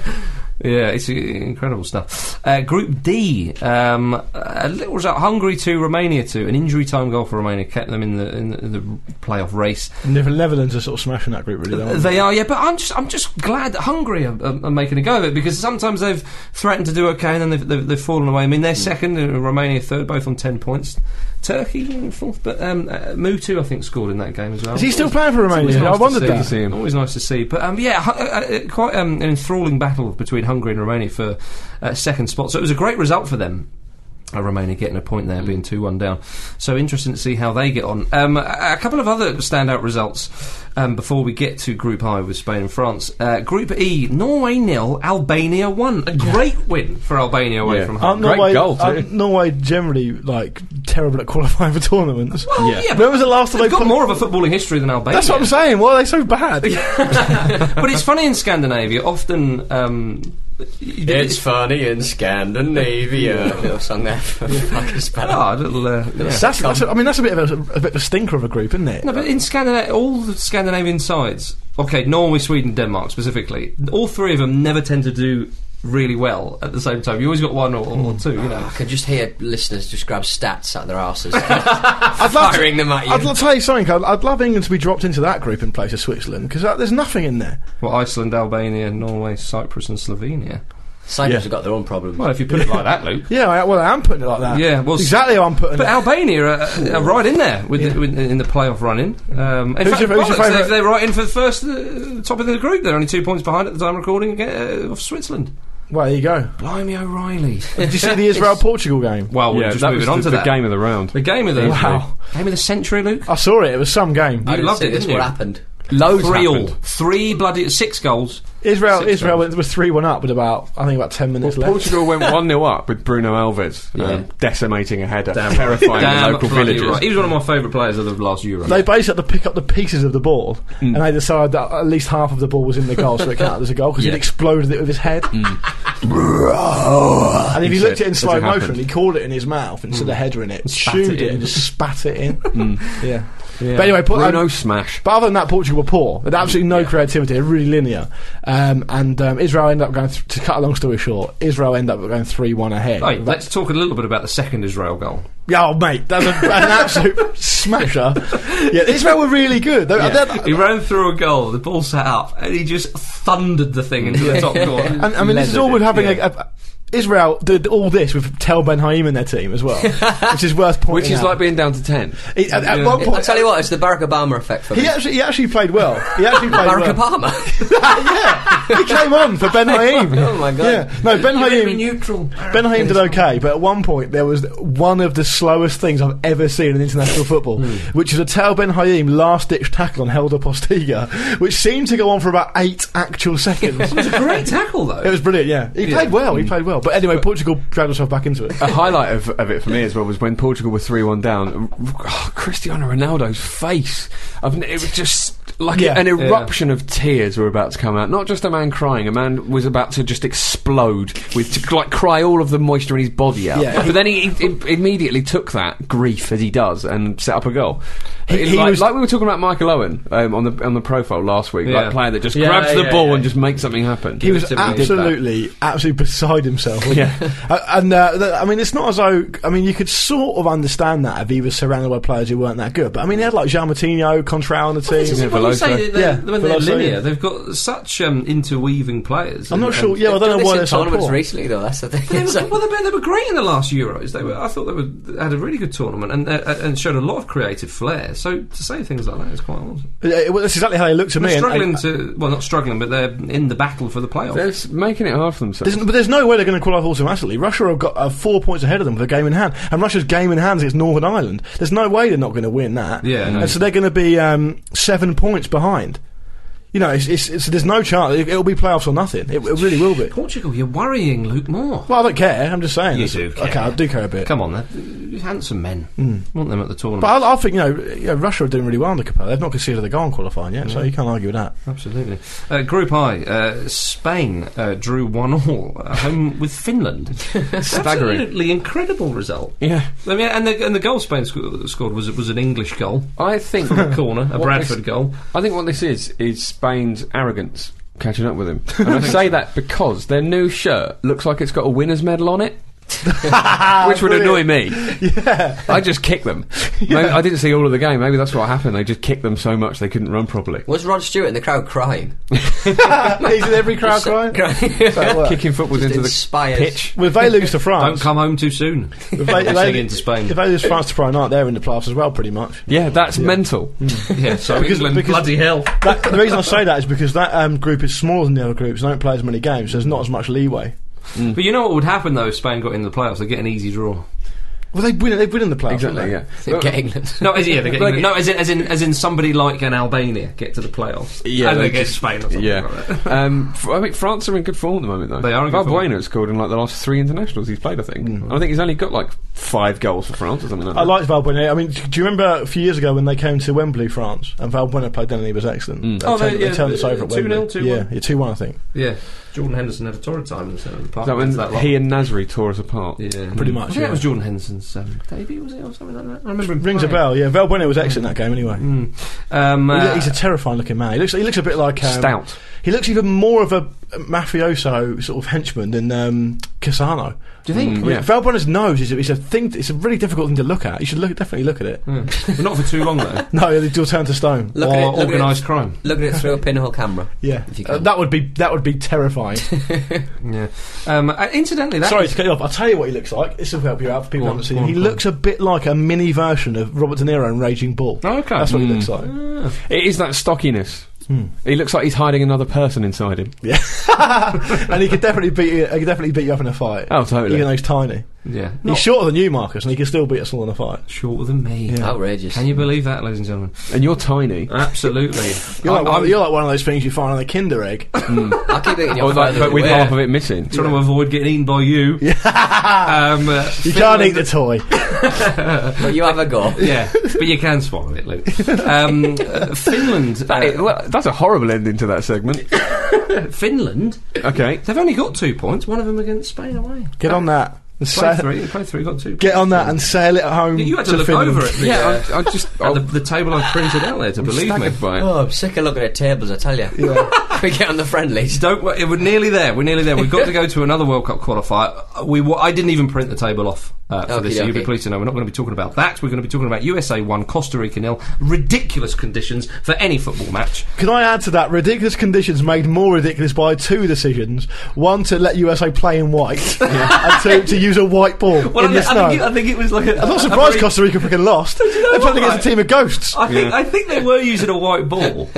S2: Yeah, it's uh, incredible stuff. Uh, group D, um, a little result: Hungary two, Romania two. An injury time goal for Romania kept them in the in the, in the playoff race.
S3: And the Netherlands are sort of smashing that group really. though, aren't
S2: They are, yeah, but I'm just I'm just glad that Hungary are, are, are making a go of it because sometimes they've threatened to do okay and then they've, they've, they've fallen away. I mean,
S3: Mm.
S2: they're second, and Romania third, both on ten points. Turkey fourth, but um, uh, Mutu I think scored in that game as well.
S3: Is he still playing for
S2: Always
S3: Romania?
S2: nice
S3: I
S2: to
S3: wondered
S2: see.
S3: that.
S5: see him.
S2: Always nice to see. But um, yeah, hu- uh, uh, quite um, an enthralling battle between Hungary and Romania for uh, second spot. So it was a great result for them. Uh, Romania getting a point there, being 2 1 down. So interesting to see how they get on. Um, a, a couple of other standout results um, before we get to Group I with Spain and France. Uh, Group E, Norway nil, Albania 1. A great win for Albania away
S5: Yeah.
S2: from
S3: Aren't
S2: home.
S5: Great
S3: Norway,
S5: goal, too.
S3: aren't Norway generally like terrible at qualifying for tournaments.
S2: Well, yeah.
S3: When was the last time
S2: They've
S3: they
S2: got
S3: put-
S2: more of a footballing history than Albania.
S3: That's what I'm saying. Why are they so bad?
S2: but it's funny in Scandinavia, often. Um,
S4: It's funny in Scandinavia. little song there for fucking spelling.
S2: Ah, a little. Uh, yeah.
S3: That's, that's a, I mean, that's a bit of a, a bit of a stinker of a group, isn't it?
S2: No, but in Scandinavia, all the Scandinavian sides, okay, Norway, Sweden, Denmark specifically, all three of them never tend to do really well at the same time. You always got one or,
S3: Hmm.
S2: or two, you know.
S4: I could just hear listeners just grab stats out of their asses,
S3: I'd love
S4: firing them at you.
S3: I'd love to tell you something. I'd, I'd love England to be dropped into that group in place of Switzerland because there's nothing in there.
S2: Well, Iceland, Albania, Norway, Cyprus, and Slovenia.
S4: Cyprus
S3: Yeah.
S4: have got their own problems.
S2: Well, if you put it like that, Luke.
S3: Yeah, I, well, I am putting it like that.
S2: Yeah, well, s-
S3: exactly how I'm putting
S2: But
S3: it.
S2: Albania are, are right in there with the, with, in the playoff running. Um, in
S3: Who's
S2: fact,
S3: your- who's
S2: bollocks,
S3: your
S2: they're,
S3: favourite-
S2: they're right in for the first uh, top of the group. They're only two points behind at the time of recording uh, of Switzerland.
S3: Well, there you go.
S2: Blimey O'Reilly.
S3: Did you see the Israel Portugal game?
S2: well, we're
S5: yeah,
S2: just
S5: that
S2: moving
S5: was
S2: on
S5: the,
S2: to
S5: the
S2: that.
S5: game of the round.
S2: The game of the
S3: Wow.
S2: game of the century, Luke.
S3: I saw it. It was some game.
S4: I didn't
S2: loved
S4: see
S2: it,
S4: This
S2: didn't
S4: what
S2: you?
S4: happened?
S5: Loads
S2: Three all.
S5: happened.
S2: Three bloody six goals.
S3: Israel
S2: Six
S3: Israel
S2: goals.
S3: went, was three one up with about I think about ten minutes
S5: Well,
S3: left.
S5: Portugal went 1 0 up with Bruno Alves um,
S2: Yeah.
S5: decimating a header, terrifying the local
S2: bloody
S5: villagers.
S2: He was one of my favourite players of the last Euro.
S3: They basically had to pick up the pieces of the ball, and they decided that at least half of the ball was in the goal, so it counted as a goal because
S5: Yeah.
S3: he exploded it with his head. and if
S5: He
S3: he looked at it
S5: said,
S3: in
S5: as
S3: slow
S5: it
S3: motion,
S5: happened.
S3: he called it in his mouth instead of header in it,
S2: Spat
S3: chewed
S2: it
S3: it,
S2: in.
S3: and just spat it in. Yeah.
S2: Yeah.
S3: But anyway, Por-
S5: Bruno
S3: um,
S5: smash.
S3: But other than that, Portugal were poor. They had absolutely no creativity. They're really linear. Um, and um, Israel ended up going, th- to cut a long story short, Israel ended up going 3 1 ahead.
S2: Hey, let's talk a little bit about the second Israel goal.
S3: oh, mate, that's a, an absolute smasher. Yeah, Israel were really good. They- they're-
S2: He ran through a goal, the ball set up, and he just thundered the thing into the top corner.
S3: and, I mean, this is all with having a. a Israel did all this with Tel Ben Haim in their team as well, which is worth pointing
S5: Which is
S3: out.
S5: like being down to 10.
S3: He- at, at one
S4: I'll
S3: point,
S4: tell you what, it's the Barack Obama effect for me.
S3: he actually he actually played well. He actually played
S4: Barack
S3: well.
S4: Obama.
S3: yeah, he came on for Ben Haim.
S4: Oh my God.
S3: Yeah, no, Ben Haim.
S2: neutral.
S3: Ben Haim did okay, but at one point there was one of the slowest things I've ever seen in international football, which is a Tal Ben Haim last ditch tackle on Helder Postiga, which seemed to go on for about eight actual seconds.
S2: It was a great tackle, though.
S3: it was brilliant, yeah. He played well, he played well. But anyway, Portugal dragged herself back into it.
S5: A highlight of, of it for me as well was when Portugal were 3 1 down. oh, Cristiano Ronaldo's face. I've, n- it was just like
S3: Yeah.
S5: an
S2: Yeah.
S5: eruption of tears were about to come out. Not just a man crying, a man was about to just explode with, to, like, cry all of the moisture in his body out.
S3: Yeah, he-
S5: but then he, he, immediately took that grief as he does and set up a goal.
S3: He-
S5: It-
S3: he
S5: like,
S3: was-
S5: like we were talking about Michael Owen um, on the on the profile last week,
S2: Yeah.
S5: like player that just
S2: Yeah,
S5: grabs the
S2: yeah,
S5: ball
S2: yeah.
S5: and just makes something happen.
S3: He was
S2: He did that.
S3: absolutely, absolutely beside himself. wasn't
S5: Yeah.
S3: he? Uh, and uh, th- I mean, it's not as though I mean you could sort of understand that if he was surrounded by players who weren't that good. But I mean, they had like Jean Martino, Contral on the
S2: This is
S3: team.
S2: when you
S5: Veloso.
S2: say that they're,
S3: Yeah,
S2: when they're
S3: Veloso,
S2: linear,
S3: yeah.
S2: they've got such um, interweaving players.
S3: I'm
S2: and-
S3: not sure.
S2: and-
S3: Yeah, well, I
S4: Done
S3: don't know why
S4: this in
S3: they're so
S4: tournaments
S3: poor.
S4: recently, though. That's the
S2: They
S4: thing.
S2: were,
S4: So-
S2: well, they were, they were great in the last Euros. They were, I thought they were, had a really good tournament and uh, and showed a lot of creative flair. So to say things like that is quite awesome.
S3: Yeah, it- well, that's exactly how they looked to
S2: They're
S3: me. and-
S2: struggling to,
S3: and-
S2: well, not struggling, but they're in the battle for the playoffs.
S5: They're s- making it hard for themselves.
S3: There's, but there's no way they're going to qualify automatically. Russia have got uh, four points ahead of them with a game in hand, and Russia's game in hand is against Northern Ireland. There's no way they're not going to win that.
S2: Yeah, no.
S3: and so they're going to be um, seven points behind. You know, it's, it's, it's, there's no chance. It, it'll be playoffs or nothing. It, it really will be.
S2: Portugal, you're worrying Luke Moore.
S3: Well, I don't care. I'm just saying.
S2: You
S3: It's-
S2: do
S3: Okay,
S2: care.
S3: I do care a bit.
S2: Come on, they're handsome men. Want them at the tournament?
S3: But I, I think you know, you know, Russia are doing really well under Capello. They've not conceded a goal in qualifying yet, so
S2: Mm.
S3: you can't argue with that.
S2: Absolutely. Uh, group I, uh, Spain uh, drew one all at home with Finland.
S5: Staggering.
S2: Absolutely incredible result.
S5: yeah.
S2: I mean, and the, and the goal Spain sc- scored was was an English goal
S5: I think
S2: corner, a
S5: What
S2: Bradford
S5: this-
S2: goal.
S5: I think what this is is Spain's arrogance catching up with him. And I say that because their new shirt looks like it's got a winner's medal on it. Which would annoy me. Yeah. I just kick them. Maybe- I didn't see all of the game. Maybe that's what happened. They just kicked them so much they couldn't run properly.
S4: Was Rod Stewart in the crowd crying?
S3: He's in every crowd crying. That works.
S5: Kicking footballs into
S4: inspired.
S5: the pitch.
S3: Well, if they lose to
S2: Don't
S3: France,
S2: come home too soon.
S3: if they, if
S2: Sing
S3: they-
S2: into Spain.
S3: If they lose France to Prime Night, they're in the playoffs as well, pretty much.
S5: Yeah, that's mental.
S2: yeah, so
S3: Because-
S2: England,
S3: because-
S2: bloody hell.
S3: That, the reason I say that is because that um, group is smaller than the other groups. They don't play as many games, so there's not as much leeway.
S2: But you know what would happen though if Spain got into the playoffs? They'd get an easy draw.
S3: Well, they win. They win in the playoffs. don't
S5: Exactly.
S3: they?
S5: Yeah.
S4: Get England.
S2: No, as, yeah, they get, no, as in, as in as in somebody like an Albania get to the playoffs.
S5: Yeah,
S2: and
S5: they
S2: they get
S5: just-
S2: Spain or something
S5: Yeah,
S2: like that.
S5: um, f- I mean France are in good form at the moment, though.
S2: They are in good
S5: Valbuena
S2: form. Mm.
S5: has scored in like the last three internationals he's played. I think. And I think he's only got like five goals for France or something like that.
S3: I liked Valbuena. I mean, d- do you remember a few years ago when they came to Wembley, France, and Valbuena played then and he was excellent?
S5: Mm.
S3: They,
S2: Oh,
S3: turned,
S2: they-
S3: they
S2: yeah,
S3: turned us over at
S2: 2-0,
S3: Wembley.
S2: 2-1.
S3: Yeah, yeah, two one, I think.
S2: Yeah. Jordan Henderson had a torrid time in the centre of the park.
S5: Is that when
S2: That's that lot.
S5: he and Nasri tore us apart?
S2: yeah.
S3: Pretty
S2: I
S3: much.
S2: think
S3: Yeah.
S2: that was Jordan Henderson's um, debut, was it, or something like that? I remember him
S3: Rings a
S2: playing.
S3: bell. Yeah, Valbuena was excellent that game anyway.
S2: Um,
S3: He-
S2: uh,
S3: He's a terrifying looking man. He looks. He looks a bit like um,
S5: Stout.
S3: He looks even more of a mafioso sort of henchman than um, Cassano.
S2: do you
S5: Mm,
S2: think?
S3: I mean, Valbuena's nose is a, is a thing. It's a really difficult thing to look at. You should look, definitely look at it.
S2: But not for too long though.
S3: No, you'll turn to stone.
S4: Look
S2: or
S4: at it, look at it.
S2: organised crime.
S4: Look at it through a pinhole camera.
S3: yeah,
S4: If you
S3: Uh,
S4: can.
S3: that would be that would be terrifying.
S2: Yeah. Um, uh, incidentally, that
S3: Sorry
S2: is-
S3: to cut you off. I'll tell you what he looks like. This will help you out for people
S2: Go on,
S3: who haven't seen
S2: go
S3: him.
S2: on,
S3: He
S2: go on.
S3: looks a bit like a mini version of Robert De Niro in Raging Bull.
S2: Oh, okay.
S3: That's what he
S2: Mm.
S3: looks like.
S5: It is that stockiness. He looks like he's hiding another person inside him.
S3: and he could definitely beat you, he could definitely beat you up in a fight.
S5: Oh, totally.
S3: Even though he's tiny.
S2: Yeah.
S3: he's shorter than you, Marcus, and he can still beat us all in a fight.
S2: Shorter than me. Oh,
S4: Outrageous.
S2: Can you believe that, ladies and gentlemen?
S5: And you're tiny.
S2: Absolutely.
S3: You're, like,
S2: I-
S3: one,
S2: I'm
S3: you're like one of those things you find on a Kinder egg.
S4: I keep thinking
S5: Or
S4: you're
S5: like,
S4: further
S5: but with
S4: away.
S5: half of it missing.
S2: trying to avoid getting eaten by you. Yeah. Um, uh,
S3: You can't eat
S2: Finland-
S3: the toy.
S4: But you have a go.
S2: Yeah, but you can swallow it, Luke. Um, uh, Finland.
S5: That is-
S2: Uh,
S5: well, that's a horrible ending to that segment.
S2: Finland.
S5: Okay.
S2: They've only got two points. One of them against Spain away.
S3: Get on that. And
S2: Play
S3: sail-
S2: three. Play three. Got two.
S3: Uh, Get on that and sail it home.
S2: You had to, look
S3: Finland.
S2: over at the,
S5: Yeah, I, I just.
S2: uh,
S5: I,
S2: at the, the table I printed out there to believe me.
S5: staggered by it.
S4: Oh, I'm sick of looking at tables, I tell you. we get on the friendlies.
S2: Don't. wo- We're nearly there. We're nearly there. We've got to go to another World Cup qualifier. Uh, We. wa- I didn't even print the table off uh, for
S4: Okey
S2: this. So you'll be
S4: dokey.
S2: pleased to know we're not going to be talking about that. We're going to be talking about USA one, Costa Rica nil. Ridiculous conditions for any football match.
S3: Can I add to that? Ridiculous conditions made more ridiculous by two decisions: one to let USA play in white, and two to use a white ball
S2: Well,
S3: in
S2: I,
S3: the
S2: thi-
S3: snow.
S2: I, think it, I think it was like. A,
S3: I'm not surprised Costa Rica freaking lost. They're
S2: what,
S3: playing against a
S2: right?
S3: team of ghosts.
S2: I think I think they were using a white ball,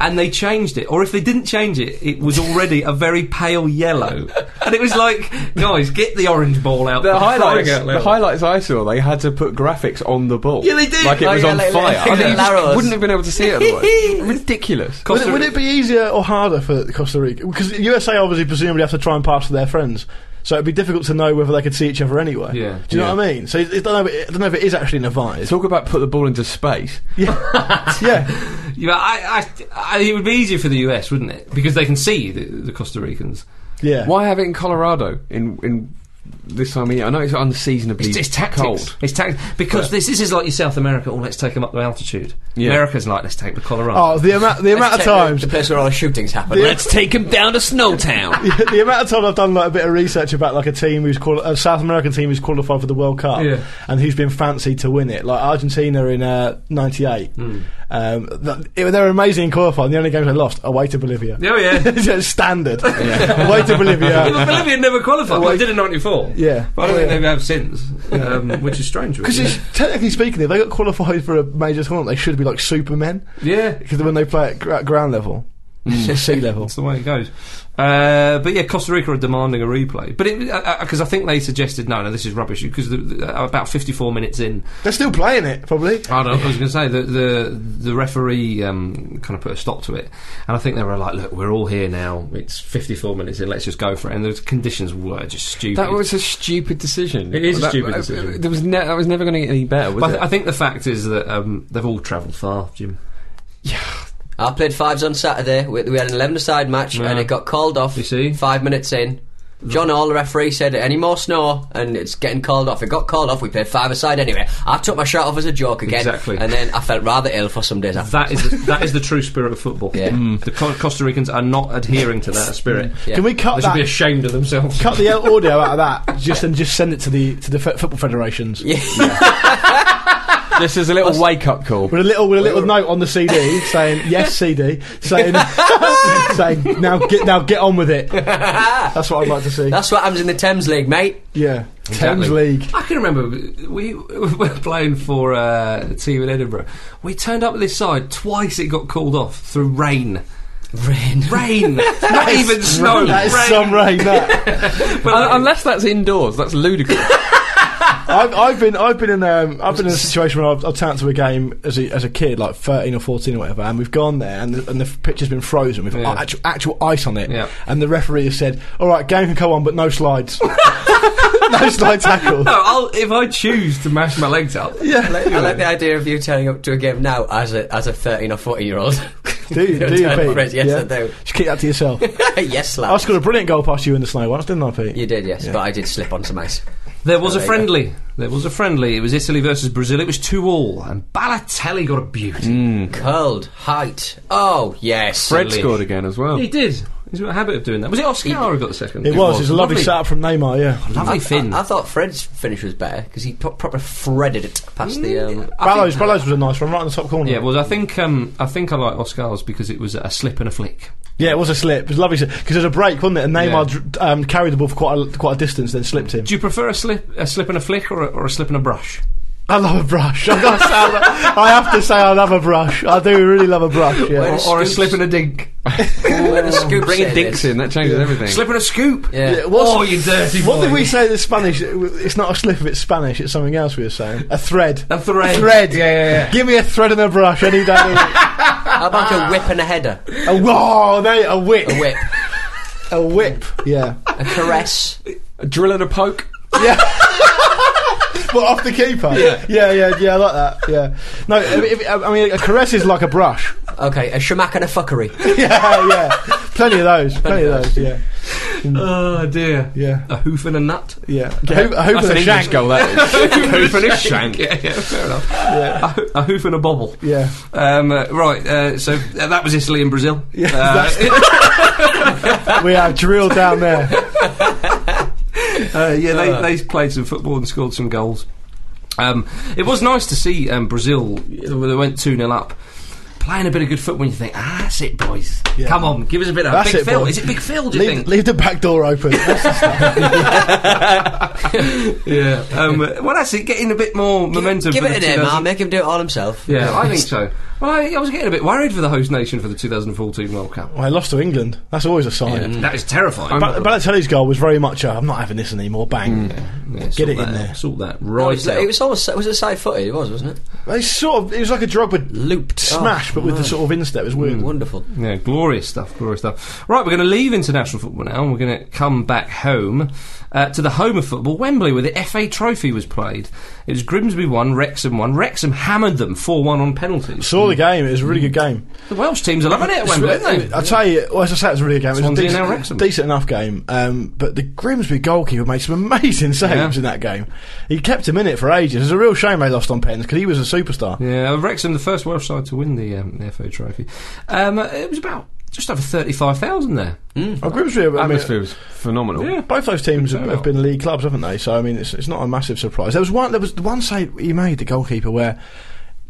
S2: and they changed it. Or if they didn't change it, it was already a very pale yellow, and it was like, guys, get the orange ball out.
S5: The
S2: for
S5: highlights,
S2: crying out
S5: the
S2: loud.
S5: highlights I saw, they had to put graphics on the ball.
S2: Yeah, they did.
S5: Like it
S2: Like,
S5: was
S4: yeah,
S5: on
S4: like-
S5: fire.
S4: like-
S5: I mean, you
S4: like
S5: just
S4: Laros.
S5: wouldn't have been able to see it otherwise. Ridiculous.
S3: Would it,
S2: Costa
S3: would it be easier or harder for Costa Rica? Because USA obviously presumably have to try and pass to their friends, so it'd be difficult to know whether they could see each other anyway.
S2: Yeah.
S3: Do you know what I mean? So it, it, don't know, I don't know if it is actually an advantage.
S5: Talk about put the ball into space.
S3: yeah,
S2: Yeah, I, I, I, it would be easier for the US, wouldn't it? Because they can see the, the Costa Ricans.
S3: yeah.
S5: Why have it in Colorado in in this time of year? I know it's unseasonably
S2: It's, it's tactics.
S5: cold.
S2: It's tactics because this, this is like your South America. Oh, let's take them up the altitude.
S5: Yeah.
S2: America's like let's take the Colorado.
S3: Oh, the amount the amount of
S4: Let's check the-
S3: times
S4: The place where all the shootings happen.
S3: The-
S4: Let's take him down to Snowtown.
S3: the, the amount of time I've done like a bit of research about like a team who's quali- a South American team who's qualified for the World Cup
S2: Yeah.
S3: and who's been fancied to win it, like Argentina in uh, '98.
S2: Hmm.
S3: Um, th- it- they were amazing in qualifying. The only games they lost away to Bolivia.
S2: Oh, yeah.
S3: Just standard away to
S2: Well,
S3: Bolivia.
S2: Bolivia never qualified. Well, they did in '94.
S3: Yeah.
S2: but I don't
S3: Oh,
S2: think
S3: yeah.
S2: they have since, um, which is strange. really.
S3: Because it's technically speaking, if they got qualified for a major tournament, they should be like supermen.
S2: yeah,
S3: Because when they play at, gr- at ground level, sea level,
S2: That's the way it goes. Uh, but yeah, Costa Rica are demanding a replay. But because uh, uh 'cause I think they suggested no, no, this is rubbish. Because about 54 minutes in,
S3: they're still playing it probably.
S2: I don't. know, I was going to say the the the referee um, kind of put a stop to it, and I think they were like, "Look, we're all here now. It's 54 minutes in. Let's just go for it." And the conditions were just stupid.
S5: That was a stupid decision.
S2: It is a
S5: That-
S2: stupid
S5: uh,
S2: decision.
S5: There was ne- that was never going to get any better, was
S2: but I, th-
S5: it?
S2: I think the fact is that um, they've all travelled far, Jim.
S4: I played fives on Saturday. We, we had an 11 aside match
S2: Yeah.
S4: and it got called off
S2: You see?
S4: five minutes in. John Hall, the referee, said, "Any more snow, and it's getting called off." It got called off. We played five aside anyway. I took my shirt off as a joke again,
S2: Exactly.
S4: and then I felt rather ill for some days after.
S2: That is the, that is the true spirit of football.
S4: Yeah.
S2: The Co- Costa Ricans are not adhering to that spirit.
S3: Mm.
S4: Yeah.
S3: Can we
S2: They
S3: cut
S2: should be
S3: that?
S2: ashamed of themselves.
S3: Cut the audio out of that, just and just send it to the to the f- football federations
S4: Yeah.
S5: this is a little wake up call.
S3: with a little with a little note on the CD saying yes CD saying saying now get now get on with it. That's what I'd like to see.
S4: That's what happens in the Thames League, mate.
S3: yeah, Thames
S2: Exactly.
S3: League.
S2: I can remember we, we were playing for uh, a team in Edinburgh. We turned up at this side twice. It got called off through rain.
S4: Rain.
S2: Rain, not even snow.
S3: that is
S2: rain.
S3: some rain. That.
S5: Un- unless that's indoors, that's ludicrous.
S3: I've, I've been I've been in um, I've been in a situation where I've, I've turned to a game as a, as a kid like thirteen or fourteen or whatever, and we've gone there and the, and the pitcher's been frozen with
S2: Yeah.
S3: actual, actual ice on it,
S2: Yeah.
S3: and the referee has said, "All right, game can go on, but no slides, no slide tackles."
S2: No, I'll, if I choose to mash my legs up,
S4: I like, I like the idea of you turning up to a game now as a as a thirteen or fourteen year old.
S3: Do you, do you, Pete?
S4: Yes,
S3: Yeah.
S4: I do.
S3: Just keep that to yourself.
S4: yes,
S3: I
S4: lad.
S3: scored a brilliant goal past you in the snow once, didn't I, Pete?
S4: You did, yes, but I did slip on some ice.
S2: There was
S4: Oh,
S2: a
S4: there you go.
S2: friendly. There was a friendly. It was Italy versus Brazil. It was two all, and Balotelli got a beauty.
S4: Curled height. Oh yes.
S5: Fred scored again as well.
S2: He did. He's got a habit of doing that. Was it Oscar who got the second?
S3: It was. It was a lovely,
S2: Lovely.
S3: setup from Neymar. Yeah,
S2: Lovely Finn.
S4: I, I thought Fred's finish was better because he pro- proper threaded it past the. Um,
S2: I
S3: Ballows.
S2: think-
S3: Ballows was a nice one, right in the top corner.
S2: Yeah, well, I think um, I think I like Oscar's because it was a slip and a flick.
S3: Yeah, it was a slip. It was lovely because there was a break, wasn't it? And Neymar
S2: Yeah.
S3: dr- um, carried the ball for quite a, quite a distance, then slipped him.
S2: Do you prefer a slip, a slip and a flick, or a, or a slip and a brush?
S3: I love a brush. I've got to say, I, lo- I have to say, I love a brush. I do really love a brush.
S4: Where
S3: Yeah.
S4: is-
S2: Mm, Or a
S4: Scoops.
S2: slip and a dink?
S4: when the scoop
S5: Bringing
S4: said
S5: dinks
S4: it.
S5: in, that changes everything.
S2: slip and a scoop?
S4: Yeah.
S3: Yeah, what's-
S2: Oh, you dirty
S3: What
S2: boy.
S3: did we say in Spanish? It w- It's not a slip if it's Spanish. It's something else we were saying. A thread.
S2: A thread.
S3: Thread.
S2: Yeah, yeah, yeah.
S3: Give me a thread and a brush any day. of the week.
S4: How about a whip and a header?
S3: a, whoa, no, a whip.
S4: A whip,
S3: A whip. Yeah.
S4: a caress.
S5: A drill and a poke.
S3: Yeah. But off the keeper, yeah, yeah, yeah, yeah I like that. Yeah, no, I mean, if, I mean, a caress is like a brush.
S4: Okay, a shemak and a fuckery.
S3: Yeah, yeah, plenty of those, plenty of those. Yeah,
S2: Oh, dear.
S3: yeah,
S2: A hoof and a nut?
S3: yeah. A hoop, a hoop and
S5: That's an
S3: a
S5: English
S3: shank.
S5: goal, that is.
S2: hoof and a shank. yeah, yeah, fair enough.
S3: Yeah.
S2: A, ho- a hoof and a bobble.
S3: Yeah.
S2: Um, uh, right, uh, so uh, that was Italy and Brazil.
S3: Yeah,
S2: Uh,
S3: we have drilled down there.
S2: Uh, yeah,
S3: Ah.
S2: they, they played some football and scored some goals. Um, it was nice to see um, Brazil, they went 2 0 up, playing a bit of good football. And you think, ah, that's it, boys.
S3: Yeah.
S2: Come on, give us a bit of
S3: That's
S2: Big
S3: it,
S2: Phil.
S3: boys.
S2: Is it Big Phil, do you
S3: Leave,
S2: think?
S3: leave the back door open. That's the stuff.
S2: yeah. Um, well, that's it, getting a bit more momentum.
S4: Give
S2: for
S4: it
S2: the
S4: an air,
S2: 2000
S4: man. Make him do it all himself.
S2: Yeah, I think so. Well, I, I was getting a bit worried for the host nation for the 2014 World Cup.
S3: well, I lost to England. That's always a sign.
S2: That is terrifying.
S3: Ba- Balotelli's goal was very much a, I'm not having this anymore, bang.
S2: Yeah,
S3: Get
S2: sort
S3: it
S2: that
S3: in
S2: out.
S3: there.
S2: Sort that
S4: No,
S2: right
S4: it, was,
S2: out.
S4: it was almost it was a side footed. It was, wasn't it?
S3: It's sort of, it was like a Drogba
S4: Looped.
S3: smash,
S4: Oh,
S3: but
S4: Mm.
S3: with the
S4: right.
S3: sort of instep. It was
S2: Hmm.
S3: weird.
S4: Wonderful.
S2: Yeah, glorious stuff, glorious stuff. Right, we're going to leave international football now and we're going to come back home uh, to the home of football, Wembley, where the FA Trophy was played. It was Grimsby 1, Wrexham 1. Wrexham hammered them 4 1 on penalties.
S3: Saw the game. It was a really good game.
S2: The Welsh teams are loving it at Wembley, aren't they?
S3: I tell you, well, as I say, it was a really good game. It was
S2: Swansea
S3: a
S2: now
S3: decent,
S2: Wrexham.
S3: decent enough game. Um, but the Grimsby goalkeeper made some amazing saves
S2: Yeah.
S3: in that game. He kept him in it for ages. It was a real shame they lost on pens because he was a superstar.
S2: Yeah, Wrexham, the first Welsh side to win the, um, the FA Trophy. Um, uh, it was about just over 35,000 there.
S3: Oh, Grimsby, I mean,
S5: Atmosphere was phenomenal.
S2: Yeah.
S3: both those teams have,
S2: Fair
S3: have been league clubs, haven't they? So I mean, it's, it's not a massive surprise. There was one. There was the one save he made, the goalkeeper, where.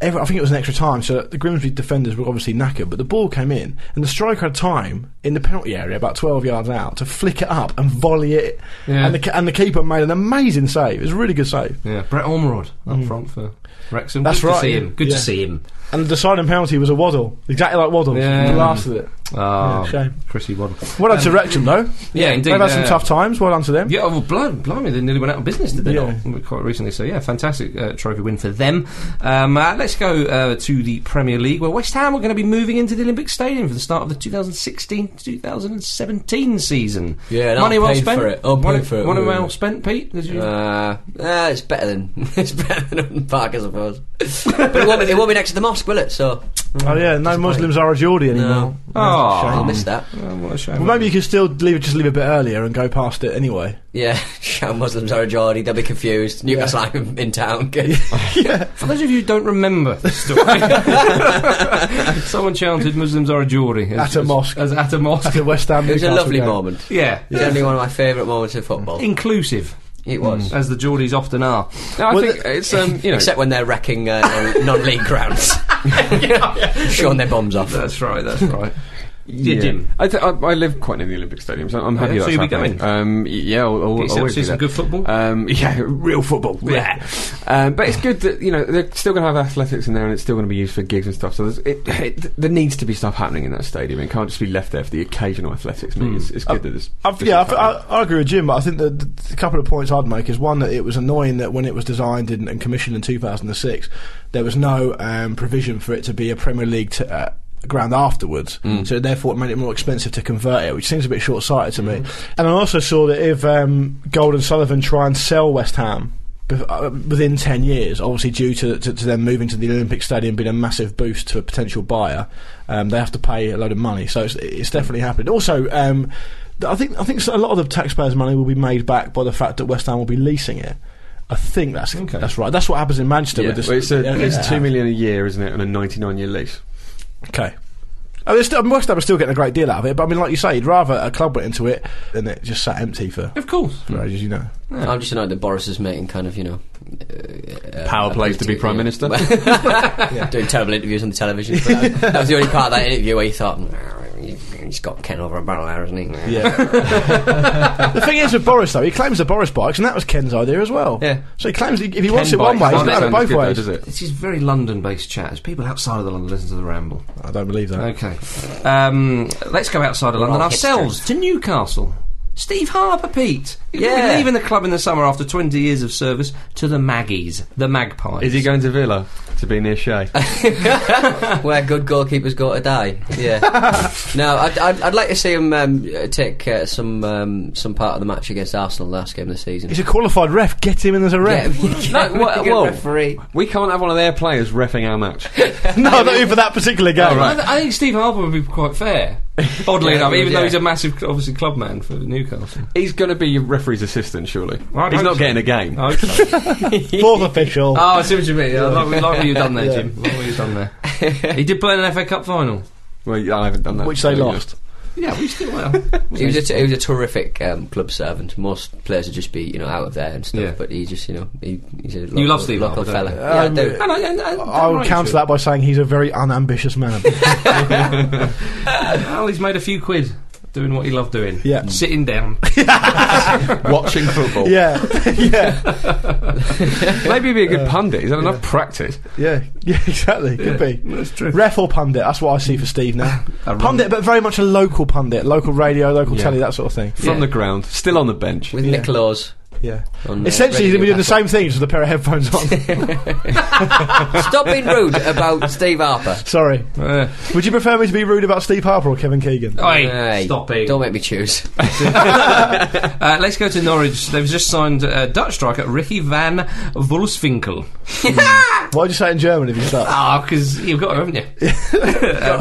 S3: Every, I think it was an extra time, so the Grimsby defenders were obviously knackered, but the ball came in, and the striker had time in the penalty area, about 12 yards out, to flick it up and volley it.
S2: Yeah.
S3: And, the, ke- and the keeper made an amazing save. It was a really good save.
S2: Yeah, Brett Ormerod up front for Wrexham.
S3: Mm. That's
S2: Good
S3: right,
S2: to see
S3: yeah.
S2: him. Good
S3: Yeah.
S2: to see him.
S3: And the deciding penalty was a waddle, exactly like Waddle.
S2: Yeah.
S3: Blasted it.
S2: Ah,
S3: shame.
S2: Chrissy Waddle.
S3: Well done to Wrexham, though.
S2: Yeah, indeed.
S3: They've had some
S2: yeah.
S3: tough times. Well done to them.
S2: Yeah, oh, well, blim- blimey, they nearly went out of business, did they
S3: Yeah.
S2: not? Quite recently. So, yeah, fantastic uh, trophy win for them. Um, uh, let's go uh, to the Premier League, where West Ham are going to be moving into the Olympic Stadium for the start of the 2016-2017 season.
S4: Yeah, and
S2: money
S4: I'll
S2: well
S4: pay
S2: spent.
S4: for it. I'll pay
S2: money,
S4: for it.
S2: money well spent, Pete. Did you?
S4: Uh, uh, it's better than it's better than Park, I suppose. but it won't, be, it won't be next to the mosque, will it? So
S3: Oh yeah, no Muslims are a Geordie anymore.
S4: No.
S3: That's a
S2: Oh.
S3: shame.
S4: I missed that.
S2: Oh, what a shame.
S3: Well, maybe you could still leave it, just leave a bit earlier and go past it anyway.
S4: Yeah, shout Muslims are a Geordie, they'll be confused. Newcastle I'm in town. Good.
S2: For those of you who don't remember the story, someone chanted Muslims are a Jewry.
S3: At a mosque.
S2: As at a mosque.
S3: At the West Ham.
S4: It was a
S3: Newcastle
S4: lovely
S3: game.
S4: moment.
S2: yeah.
S4: It's only one of my favourite moments in football.
S2: Inclusive,
S4: It was.
S2: as the Geordies often are.
S5: No, I
S3: Well,
S5: think it's um, you know.
S4: Except when they're wrecking uh, non-league grounds. Showing their bombs off.
S2: That's right, that's right.
S5: yeah.
S2: Yeah, Jim.
S5: I, th- I, I live quite near the Olympic Stadium, so I'm happy
S2: Yeah, so
S5: that's
S2: you'll be
S5: happening.
S2: going?
S5: Um, y- yeah, I'll, I'll,
S2: Get
S5: I'll
S2: yourself
S5: always
S2: see
S5: do
S2: some
S5: that.
S2: good football?
S5: Um, yeah, real football. Yeah. um, but it's good that you know they're still going to have athletics in there, and it's still going to be used for gigs and stuff. So there's, it, it, there needs to be stuff happening in that stadium. It can't just be left there for the occasional athletics meet. It's, it's good that there's.
S3: I've,
S5: there's
S3: yeah,
S5: stuff
S3: I've, I,
S5: happening.
S3: I agree with Jim, but I think that the, the couple of points I'd make is one that it was annoying that when it was designed and, and commissioned in 2006, there was no um, provision for it to be a Premier League t- uh, ground afterwards.
S4: Mm.
S3: So therefore, it made it more expensive to convert it, which seems a bit short-sighted to me.
S4: Mm.
S3: And I also saw that if um, Gold and Sullivan try and sell West Ham. bef- uh, Within ten years, obviously due to, to, to them moving to the Olympic Stadium being a massive boost to a potential buyer, um, they have to pay a load of money. So it's, it's definitely happened. Also, um, Th- I think I think a lot of the taxpayers' money will be made back by the fact that West Ham will be leasing it. I think that's that's right. That's what happens in Manchester
S5: Yeah,
S3: with this.
S5: well, it's, a,
S3: yeah,
S5: it's
S3: yeah.
S5: two million a year, isn't it, on a 99 year lease?
S3: Okay. I mean, still, West Ham are still getting a great deal out of it, but I mean, like you say, you'd rather a club went into it than it just sat empty for,
S2: Of course.
S5: Mm.
S3: for ages. You know,
S4: I'm just annoyed that Boris is making kind of, you know. Uh,
S5: Power
S4: uh,
S5: plays to be
S4: politi-
S5: Prime Minister.
S4: Doing terrible interviews on the television. for that. that was the only part of that interview where you thought, "Nah, he's got Ken over a barrel there, hasn't he?
S3: yeah. the thing is with Boris though, he claims the Boris bikes, and that was Ken's idea as well.
S4: Yeah.
S3: So he claims if he wants it
S5: Ten
S3: one
S5: bikes.
S3: way, he's
S5: Doesn't
S3: got it
S5: sound
S3: both
S5: good though,
S3: ways.
S5: does it?
S2: This is very London based chat. As people outside of London listen to the ramble.
S3: I don't believe that.
S2: Okay. Um, let's go outside of London
S4: all
S2: ourselves to Newcastle. Steve Harper, Pete. He's gonna be
S4: Yeah.
S2: leaving the club in the summer after 20 years of service to the Maggies, the Magpies.
S5: Is he going to Villa to be near Shea?
S4: Where good goalkeepers go to die. Yeah. no, I'd, I'd, I'd like to see him um, uh, take uh, some um, some part of the match against Arsenal last game of the season.
S3: He's a qualified ref. Get him in as a ref.
S4: no,
S5: wha-
S4: good
S5: whoa.
S4: referee.
S5: we can't have one of their players refing our match.
S3: no, not even for that particular game.
S2: I, th- I think Steve Harper would be quite fair. Oddly enough, even though he's a massive, obviously, club man for Newcastle.
S5: He's going to be your referee's assistant, surely.
S2: Well,
S5: He's
S2: I hope so.
S5: not
S2: Oh.
S5: getting a game.
S2: I hope so.
S3: Fourth official.
S2: Oh, I see what you mean. Yeah, I like, like what you've done there, Jim. Like what you've done there. he did play in an FA Cup final.
S5: Well, yeah, I haven't done that.
S3: Which they
S5: Yeah.
S3: lost.
S2: Yeah, we still are.
S4: He was a, t- he was a terrific um, club servant. Most players would just be you know out of there and stuff,
S2: Yeah.
S4: but he just you know he, he's a
S2: You love Steve
S4: local
S2: Harper,
S4: fella.
S2: don't you?
S4: yeah, Um,
S2: And
S4: I do.
S2: I, and, and,
S3: I would counter that by saying he's a very unambitious man.
S2: Well, he's made a few quid doing what he loved doing.
S3: Yeah.
S2: Sitting down.
S5: Watching football.
S3: yeah,
S5: Maybe he'd be a good pundit. He's had enough practice.
S3: yeah, yeah, exactly. Could be. That's true. Ref or pundit, that's what I see for Steve now. pundit, but very much a local pundit, local radio, local telly, that sort of thing.
S5: From
S4: Yeah.
S5: the ground, still on the bench.
S4: With Nick Laws.
S3: Yeah.
S4: On, uh,
S3: Essentially, he's going to be
S4: Radio
S3: doing the same thing, just with a pair of headphones on.
S4: Capital. Stop being rude about Steve Harper.
S3: Sorry.
S2: Uh,
S3: Would you prefer me to be rude about Steve Harper or Kevin Keegan?
S2: oi,
S4: Hey,
S2: stop it.
S4: Don't make me choose.
S2: Uh, let's go to Norwich. They've just signed uh, Dutch striker Ricky van Wolfswinkel.
S3: Why would you say it in German if you start?
S2: Ah, because you've got her, haven't you?